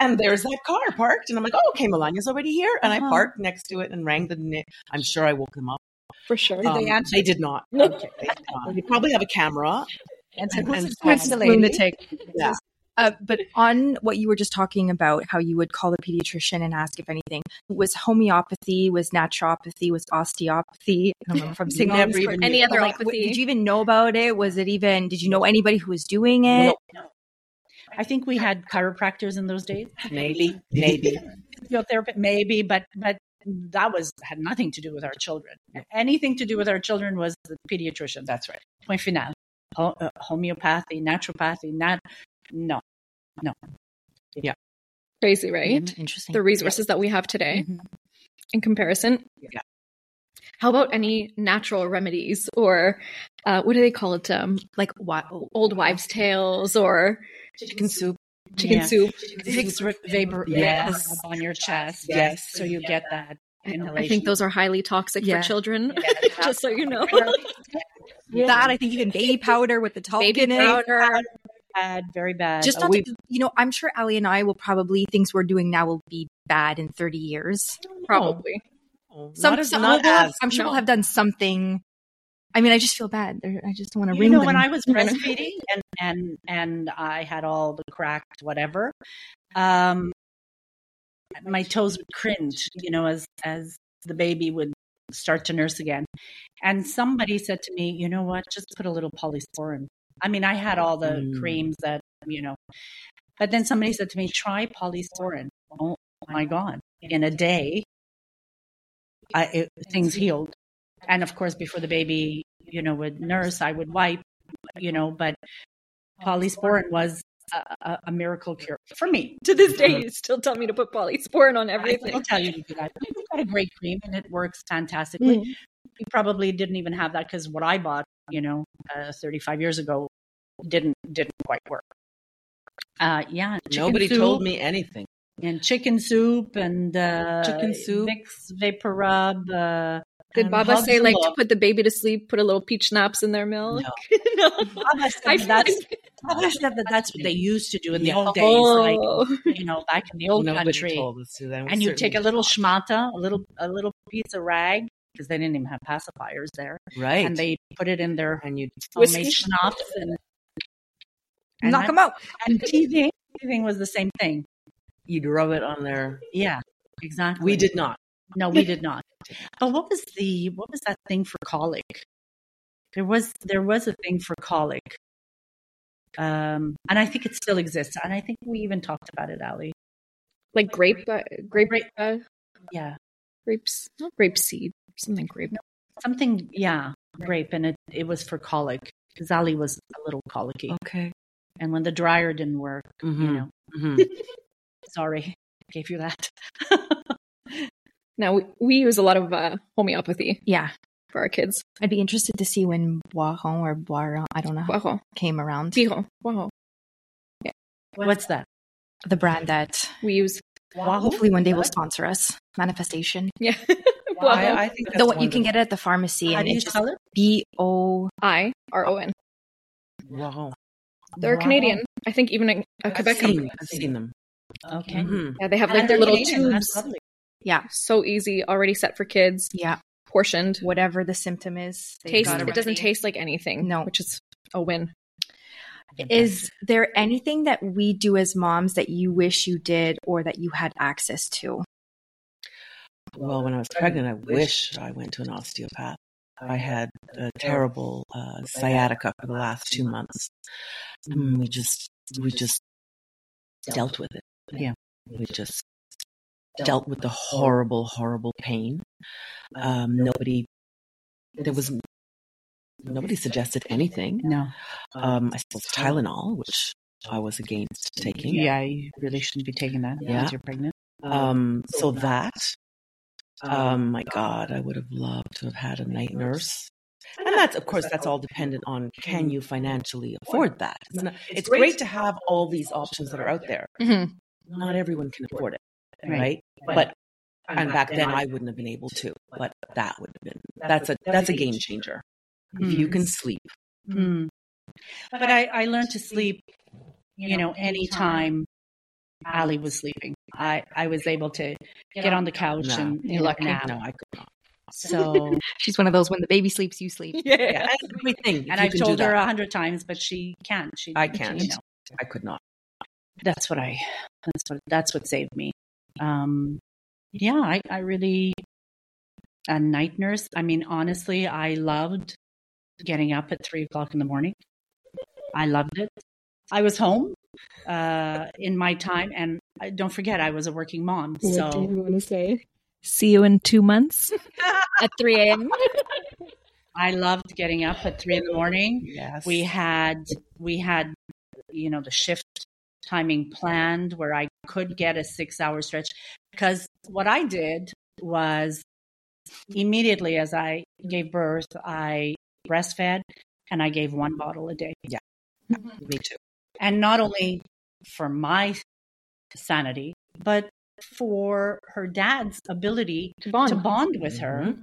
[SPEAKER 3] and there's that car parked, and I'm like, oh, okay, Melania's already here, and I
[SPEAKER 6] Uh-huh.
[SPEAKER 3] parked next to it and rang the. na- I'm sure I woke them up.
[SPEAKER 5] for sure.
[SPEAKER 3] Um, they, did not. Okay, they did not. They probably have a camera.
[SPEAKER 6] and,
[SPEAKER 3] And- and-
[SPEAKER 4] That's the lady.
[SPEAKER 6] lunatic
[SPEAKER 3] Yeah.
[SPEAKER 4] Uh, but on what you were just talking about, how you would call the pediatrician and ask if anything was homeopathy, was naturopathy, was osteopathy. I don't remember if I'm saying all
[SPEAKER 3] Never
[SPEAKER 4] these
[SPEAKER 3] even
[SPEAKER 4] correctly,
[SPEAKER 3] knew.
[SPEAKER 5] Any
[SPEAKER 4] but,
[SPEAKER 5] other
[SPEAKER 4] like, w-
[SPEAKER 5] opathy?
[SPEAKER 4] Did you even know about it? Was it even? Did you know anybody who was doing it?
[SPEAKER 6] i think we had chiropractors in those days
[SPEAKER 3] Maybe, maybe.
[SPEAKER 6] physiotherapy maybe but but that was had nothing to do with our children anything to do with our children was the pediatrician
[SPEAKER 3] That's right.
[SPEAKER 6] point final Ho- uh, homeopathy naturopathy not no
[SPEAKER 5] Crazy, right?
[SPEAKER 4] Mm, Interesting.
[SPEAKER 5] The resources that we have today
[SPEAKER 6] Mhm.
[SPEAKER 5] in comparison.
[SPEAKER 3] Yeah.
[SPEAKER 5] How about any natural remedies or
[SPEAKER 4] oh,
[SPEAKER 5] uh, what do they call it? Um, like wi- old wives' tales or
[SPEAKER 3] Chicken soup.
[SPEAKER 5] chicken
[SPEAKER 6] Yeah.
[SPEAKER 5] soup.
[SPEAKER 6] Six ra- vapor
[SPEAKER 3] Yes.
[SPEAKER 6] vapors on your chest.
[SPEAKER 3] Yes.
[SPEAKER 6] So you get that inhalation.
[SPEAKER 5] I think those are highly toxic
[SPEAKER 1] Yeah.
[SPEAKER 5] for children. Just so you know,
[SPEAKER 1] That I think even baby powder with the talc
[SPEAKER 5] baby
[SPEAKER 1] in it.
[SPEAKER 5] powder.
[SPEAKER 6] bad, very bad.
[SPEAKER 1] Just
[SPEAKER 3] Uh,
[SPEAKER 1] not
[SPEAKER 3] we-
[SPEAKER 1] to, you know, I'm sure Ali and I will probably things we're doing now will be bad in 30 years.
[SPEAKER 5] Probably
[SPEAKER 1] Some,
[SPEAKER 3] not as,
[SPEAKER 1] some-
[SPEAKER 3] not
[SPEAKER 1] we'll have-
[SPEAKER 3] as.
[SPEAKER 1] I'm sure
[SPEAKER 5] no.
[SPEAKER 1] we'll have done something. I mean, I just feel bad. There- I just want to
[SPEAKER 6] you
[SPEAKER 1] ring
[SPEAKER 6] know,
[SPEAKER 1] them.
[SPEAKER 6] when I was breastfeeding and and and I had all the cracked whatever, um, my toes would cringe. You know, as as the baby would start to nurse again, and somebody said to me, "You know what? Just put a little polysporin." I mean, I had all the
[SPEAKER 3] Mm.
[SPEAKER 6] creams that you know, but then somebody said to me, "Try polysporin." Oh my god! In a day, I, it, things healed, and of course, before the baby, you know, would nurse, I would wipe you know, but polysporin was a, a, a miracle cure for me.
[SPEAKER 5] to this day, you still tell me to put polysporin on everything.
[SPEAKER 6] I'll tell you to do that. We've got a great cream and it works fantastically. We probably didn't even have that because what I bought, you know, uh, 35 years ago didn't didn't quite work. Uh, yeah, chicken
[SPEAKER 3] Nobody
[SPEAKER 6] soup
[SPEAKER 3] told me anything.
[SPEAKER 6] and chicken soup and uh,
[SPEAKER 3] Chicken soup.
[SPEAKER 6] Vicks vapor rub. Uh,
[SPEAKER 5] Did
[SPEAKER 6] and
[SPEAKER 5] Baba
[SPEAKER 6] Hug's
[SPEAKER 5] say like to
[SPEAKER 6] Love.
[SPEAKER 5] put the baby to sleep, put a little peach schnapps in their milk? No.
[SPEAKER 6] Baba said that
[SPEAKER 5] I feel
[SPEAKER 6] that's,
[SPEAKER 5] like-
[SPEAKER 6] Baba said that that's what they used to do in
[SPEAKER 3] Yeah.
[SPEAKER 6] the old days, like
[SPEAKER 5] oh,
[SPEAKER 6] you know, back in the old
[SPEAKER 3] Nobody
[SPEAKER 6] country.
[SPEAKER 3] told us to. That was
[SPEAKER 6] and you take a
[SPEAKER 3] certainly-
[SPEAKER 6] little schmata, a little a little piece of rag because they didn't even have pacifiers there,
[SPEAKER 3] right,
[SPEAKER 6] and they put it in their
[SPEAKER 3] and you
[SPEAKER 6] homemade
[SPEAKER 5] Whiskey.
[SPEAKER 6] schnapps and, and
[SPEAKER 1] Knock
[SPEAKER 6] I-
[SPEAKER 1] them out.
[SPEAKER 6] And teething, teething was the same thing.
[SPEAKER 3] you'd rub it on their.
[SPEAKER 6] Yeah, exactly.
[SPEAKER 3] We did not.
[SPEAKER 6] no, we did not. But what was the what was that thing for colic? There was there was a thing for colic, um, and I think it still exists. And I think we even talked about it, Ali.
[SPEAKER 5] like grape, uh, grape,
[SPEAKER 6] Grape.
[SPEAKER 5] uh,
[SPEAKER 6] Yeah,
[SPEAKER 5] grapes, not grape seed, something grape.
[SPEAKER 6] something. Yeah, grape, and it it was for colic because Ali was a little colicky.
[SPEAKER 3] Okay.
[SPEAKER 6] and when the dryer didn't work, you know,
[SPEAKER 3] hmm
[SPEAKER 6] sorry, gave you that.
[SPEAKER 5] Now we, we use a lot of uh, homeopathy
[SPEAKER 1] Yeah.
[SPEAKER 5] for our kids.
[SPEAKER 1] I'd be interested to see when Boiron or Boiron, I don't know, how
[SPEAKER 5] Wow,
[SPEAKER 1] came around.
[SPEAKER 5] wow, wow.
[SPEAKER 6] What's that?
[SPEAKER 1] The brand that
[SPEAKER 5] We use
[SPEAKER 1] hopefully one day will sponsor us. Manifestation.
[SPEAKER 5] yeah.
[SPEAKER 3] I,
[SPEAKER 5] Wow.
[SPEAKER 3] I think that's
[SPEAKER 1] The one you
[SPEAKER 3] wonderful.
[SPEAKER 1] can get it at the pharmacy
[SPEAKER 6] How
[SPEAKER 1] and
[SPEAKER 6] do you
[SPEAKER 1] it's just
[SPEAKER 6] spell it?
[SPEAKER 1] B O.
[SPEAKER 5] I R O N.
[SPEAKER 3] Wow.
[SPEAKER 5] They're
[SPEAKER 6] Wow.
[SPEAKER 5] Canadian. I think even a, a
[SPEAKER 3] I've
[SPEAKER 5] Quebec
[SPEAKER 3] seen,
[SPEAKER 5] company.
[SPEAKER 3] I've seen them.
[SPEAKER 6] Okay. Mm-hmm.
[SPEAKER 3] Mhm.
[SPEAKER 5] Yeah, they have
[SPEAKER 6] And
[SPEAKER 5] like their
[SPEAKER 6] they're
[SPEAKER 5] little
[SPEAKER 6] Canadian, that's
[SPEAKER 5] tubes.
[SPEAKER 6] lovely.
[SPEAKER 1] Yeah.
[SPEAKER 5] So easy, already set for kids,
[SPEAKER 1] Yeah.
[SPEAKER 5] portioned.
[SPEAKER 1] Whatever the symptom is, they've
[SPEAKER 5] Taste.
[SPEAKER 1] got a
[SPEAKER 5] It doesn't
[SPEAKER 1] remedy.
[SPEAKER 5] taste like anything.
[SPEAKER 1] No.
[SPEAKER 5] which is a win.
[SPEAKER 1] Is there anything that we do as moms that you wish you did or that you had access to?
[SPEAKER 3] Well, when I was pregnant, I wish I went to an osteopath. I had a terrible uh, sciatica for the last two months. And we just, we just dealt with it.
[SPEAKER 6] Yeah.
[SPEAKER 3] We just dealt with the horrible, horrible pain. Um, nobody, there was, nobody suggested anything.
[SPEAKER 6] No.
[SPEAKER 3] Um, I suppose Tylenol, which I was against taking.
[SPEAKER 6] Yeah, you really shouldn't be taking that
[SPEAKER 3] Yeah.
[SPEAKER 6] once you're pregnant.
[SPEAKER 3] Um, so that, um, my God, I would have loved to have had a night nurse. And that's, of course, that's all dependent on can you financially afford that? It's, not, Mm-hmm. it's great to have all these options that are out there.
[SPEAKER 5] Mhm.
[SPEAKER 3] Not everyone can afford it,
[SPEAKER 6] Right.
[SPEAKER 3] right? But and back then I wouldn't have been able to. But that would have been that's a that's a game changer. Mm-hmm. If you can sleep,
[SPEAKER 6] Mm. But I, I learned to sleep, you know, anytime Ali was sleeping. I, I was able to get on the couch
[SPEAKER 3] No.
[SPEAKER 6] and
[SPEAKER 5] You're
[SPEAKER 6] and
[SPEAKER 5] lucky.
[SPEAKER 6] nap.
[SPEAKER 3] no, I could not.
[SPEAKER 6] So
[SPEAKER 1] She's one of those when the baby sleeps, you sleep.
[SPEAKER 3] Yeah, that's a great thing. If
[SPEAKER 6] and
[SPEAKER 3] you
[SPEAKER 6] I've
[SPEAKER 3] can do
[SPEAKER 6] told her
[SPEAKER 3] that.
[SPEAKER 6] a hundred times, but she can't. She
[SPEAKER 3] I
[SPEAKER 6] she,
[SPEAKER 3] can't.
[SPEAKER 6] you know.
[SPEAKER 3] I could not.
[SPEAKER 6] that's what I that's what that's what saved me. Um yeah, I, I really a night nurse. I mean, honestly, I loved getting up at three o'clock in the morning. I loved it. I was home uh in my time and I, don't forget I was a working mom. So
[SPEAKER 5] want to say? See you in two months at three a.m.
[SPEAKER 6] I loved getting up at three in the morning.
[SPEAKER 3] Yes,
[SPEAKER 6] we had we had you know the shift timing planned where i could get a six hour stretch because what i did was immediately as i gave birth i breastfed and i gave one bottle a day
[SPEAKER 3] me too.
[SPEAKER 6] and not only for my sanity, but for her dad's ability
[SPEAKER 5] to bond,
[SPEAKER 6] to bond with her.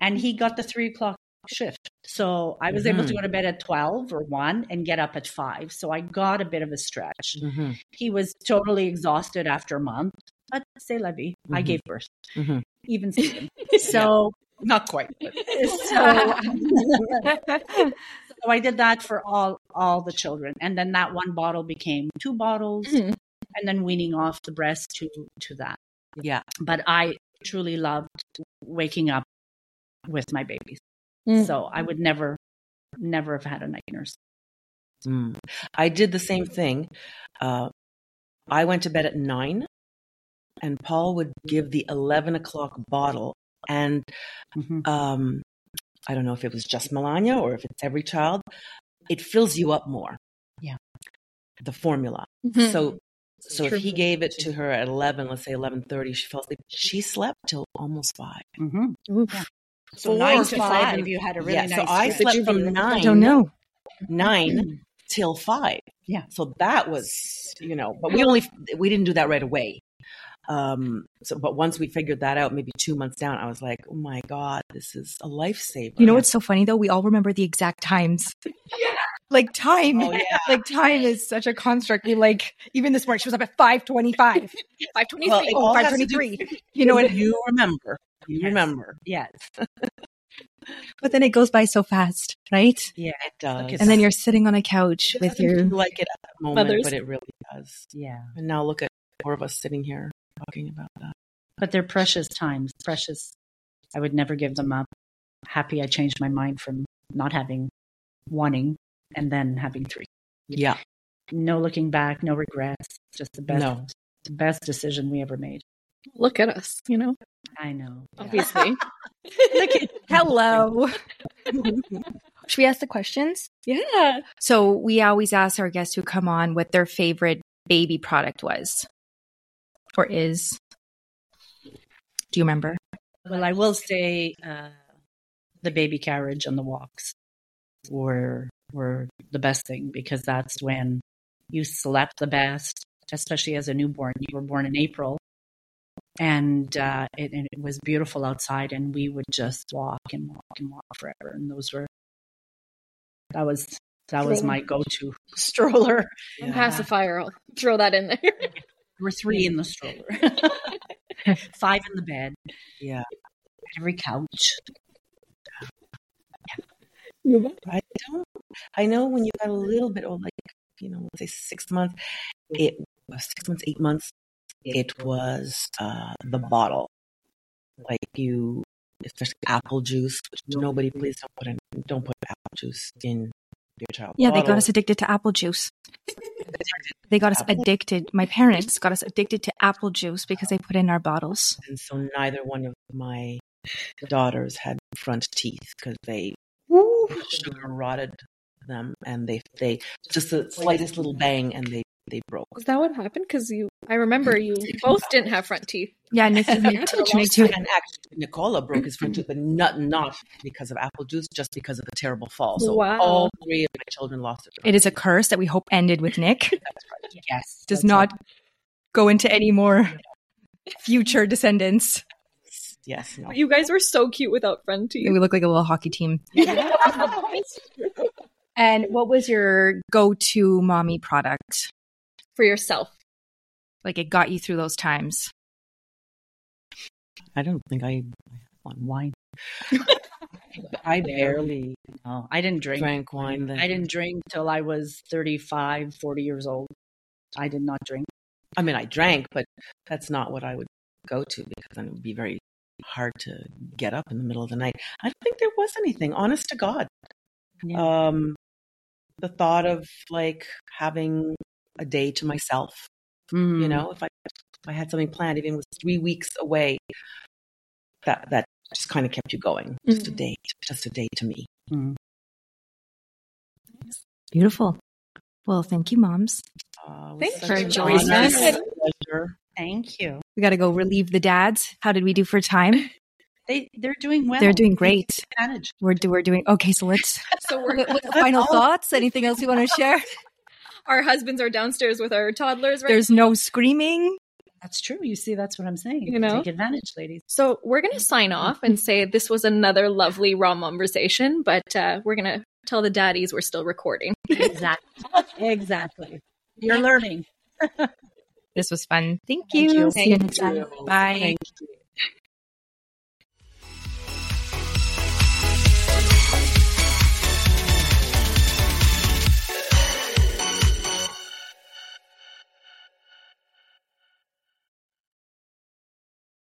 [SPEAKER 6] And he got the three o'clock shift. So I was able to go to bed at 12 or 1 and get up at 5. So I got a bit of a stretch.
[SPEAKER 3] Mhm.
[SPEAKER 6] He was totally exhausted after a month, but say la vie, I
[SPEAKER 3] Mhm.
[SPEAKER 6] gave birth,
[SPEAKER 3] Mhm.
[SPEAKER 6] even Steven. So
[SPEAKER 3] Not quite. but-
[SPEAKER 6] so, so I did that for all all the children, and then that one bottle became two bottles,
[SPEAKER 5] Mhm.
[SPEAKER 6] and then weaning off the breast to to that.
[SPEAKER 3] yeah.
[SPEAKER 6] But I truly loved waking up with my babies,
[SPEAKER 5] Mm.
[SPEAKER 6] so I would never never have had a night nurse.
[SPEAKER 3] Mm. I did the same thing. Uh, I went to bed at nine, and Paul would give the 11 o'clock bottle. And
[SPEAKER 6] Mhm.
[SPEAKER 3] um, I don't know if it was just Melania or if it's every child, it fills you up more.
[SPEAKER 6] Yeah. Mm-hmm.
[SPEAKER 3] The formula.
[SPEAKER 5] Mhm.
[SPEAKER 3] So, so
[SPEAKER 5] True.
[SPEAKER 3] if he gave it to her at 11, let's say 11.30, she fell asleep. She slept till almost 5.
[SPEAKER 6] Mhm.
[SPEAKER 5] Oof.
[SPEAKER 6] Yeah. So
[SPEAKER 3] Four
[SPEAKER 6] nine
[SPEAKER 3] or
[SPEAKER 6] to
[SPEAKER 3] five.
[SPEAKER 6] five, you had a really
[SPEAKER 3] yeah,
[SPEAKER 6] nice.
[SPEAKER 3] so I
[SPEAKER 6] shift.
[SPEAKER 3] slept from
[SPEAKER 4] I
[SPEAKER 3] nine
[SPEAKER 4] don't know. Mm.
[SPEAKER 3] nine till five.
[SPEAKER 6] Yeah.
[SPEAKER 3] So that was, you know, but we only we didn't do that right away. Um. So, but once we figured that out, maybe two months down, I was like, oh my god, this is a lifesaver.
[SPEAKER 4] You know what's so funny though? We all remember the exact times. Like time,
[SPEAKER 3] Oh, yeah.
[SPEAKER 4] like time is such a construct. We like even this morning she was up at five twenty-five, five
[SPEAKER 3] Well, it
[SPEAKER 4] twenty-three,
[SPEAKER 3] all
[SPEAKER 4] five
[SPEAKER 3] has to do-
[SPEAKER 4] twenty-three. You know, and,
[SPEAKER 3] you remember. You
[SPEAKER 6] Yes.
[SPEAKER 3] remember.
[SPEAKER 6] Yes.
[SPEAKER 4] but then it goes by so fast, right?
[SPEAKER 3] Yeah, it does.
[SPEAKER 4] And then you're sitting on a couch
[SPEAKER 3] It
[SPEAKER 4] with
[SPEAKER 3] doesn't
[SPEAKER 4] your
[SPEAKER 3] feel like it at the moment,
[SPEAKER 5] Mothers.
[SPEAKER 3] but it really does.
[SPEAKER 6] Yeah.
[SPEAKER 3] And now look at four of us sitting here talking about that.
[SPEAKER 6] But they're precious times, precious. I would never give them up. Happy I changed my mind from not having, wanting, and then having three.
[SPEAKER 3] Yeah.
[SPEAKER 6] No looking back, no regrets. Just the best,
[SPEAKER 3] No.
[SPEAKER 6] the best decision we ever made.
[SPEAKER 5] look at us, you know,
[SPEAKER 6] I know.
[SPEAKER 5] obviously.
[SPEAKER 4] hello. Should we ask the questions?
[SPEAKER 5] yeah.
[SPEAKER 4] So we always ask our guests who come on what their favorite baby product was or is. Do you remember?
[SPEAKER 6] Well, I will say uh, the baby carriage and the walks were were the best thing because that's when you slept the best, especially as a newborn. You were born in April, and uh, it, and it was beautiful outside, and we would just walk and walk and walk forever. And those were that was that was my go to stroller.
[SPEAKER 3] Yeah.
[SPEAKER 5] Pacifier. I'll throw that in there.
[SPEAKER 6] There were three in the stroller, five in the bed,
[SPEAKER 3] Yeah.
[SPEAKER 6] every couch.
[SPEAKER 3] I don't. I know when you got a little bit old, like you know, let's say six months, it was six months, eight months. It was uh, the bottle, like you, especially apple juice. Which nobody, please don't put in, don't put apple juice in your child.
[SPEAKER 4] Yeah, they got
[SPEAKER 3] bottle.
[SPEAKER 4] us addicted to apple juice. They got us addicted. My parents got us addicted to apple juice because they put in our bottles.
[SPEAKER 3] and so neither one of my daughters had front teeth because they sugar rotted them, and they they just the slightest little bang, and they they broke.
[SPEAKER 5] Is that what happened? Because you, I remember you both didn't have front teeth.
[SPEAKER 4] Yeah, Nikki, me
[SPEAKER 5] For
[SPEAKER 4] too.
[SPEAKER 5] the
[SPEAKER 4] Me too.
[SPEAKER 3] And actually, Nicola broke his front tooth, but not not because of apple juice, just because of a terrible fall. So
[SPEAKER 5] Wow.
[SPEAKER 3] all three of my children lost it.
[SPEAKER 4] It is a curse that we hope ended with Nick.
[SPEAKER 6] Yes,
[SPEAKER 4] Does
[SPEAKER 6] that's
[SPEAKER 4] not go into any more future descendants.
[SPEAKER 3] yes, no.
[SPEAKER 5] But you guys were so cute without front
[SPEAKER 4] We
[SPEAKER 5] teeth.
[SPEAKER 4] look like a little hockey team. And what was your go-to mommy product?
[SPEAKER 5] For yourself.
[SPEAKER 4] Like it got you through those times.
[SPEAKER 3] I don't think I
[SPEAKER 6] on wine.
[SPEAKER 3] I barely
[SPEAKER 6] No, I didn't drink.
[SPEAKER 3] drank wine then.
[SPEAKER 6] I didn't drink till I was 35, 40 years old. I did not drink.
[SPEAKER 3] I mean, I drank, but that's not what I would go to because then it would be very hard to get up in the middle of the night. I don't think there was anything, honest to God. Um, the thought of like having a day to myself
[SPEAKER 5] Mm.
[SPEAKER 3] you know if i if i had something planned even if it was three weeks away that that just kind of kept you going just a
[SPEAKER 5] Mhm.
[SPEAKER 3] day just a day to me
[SPEAKER 4] Mm-hmm. Beautiful. Well, thank you, moms.
[SPEAKER 3] uh, it was
[SPEAKER 5] Thanks
[SPEAKER 3] such
[SPEAKER 5] for
[SPEAKER 3] an
[SPEAKER 5] joining
[SPEAKER 3] honor
[SPEAKER 5] us.
[SPEAKER 3] and a pleasure.
[SPEAKER 6] Thank you.
[SPEAKER 4] We got to go relieve the dads. How did we do for time?
[SPEAKER 6] They they're doing well.
[SPEAKER 4] They're doing great.
[SPEAKER 6] They manage.
[SPEAKER 4] We're, do- we're doing okay. So let's
[SPEAKER 5] So
[SPEAKER 4] what-
[SPEAKER 5] we're
[SPEAKER 4] what- final thoughts. Anything else you want to share?
[SPEAKER 5] our husbands are downstairs with our toddlers. Right?
[SPEAKER 4] There's no screaming.
[SPEAKER 6] That's true. You see, that's what I'm saying.
[SPEAKER 5] You know?
[SPEAKER 6] take advantage, ladies.
[SPEAKER 5] So we're going to sign off and say this was another lovely raw conversation, but uh, we're going to tell the daddies we're still recording.
[SPEAKER 6] Exactly. exactly. You're learning.
[SPEAKER 4] This was fun. Thank
[SPEAKER 6] Thank
[SPEAKER 4] you.
[SPEAKER 6] you.
[SPEAKER 4] See you
[SPEAKER 5] Thank
[SPEAKER 4] next time.
[SPEAKER 3] you.
[SPEAKER 4] Bye.
[SPEAKER 3] Thank you.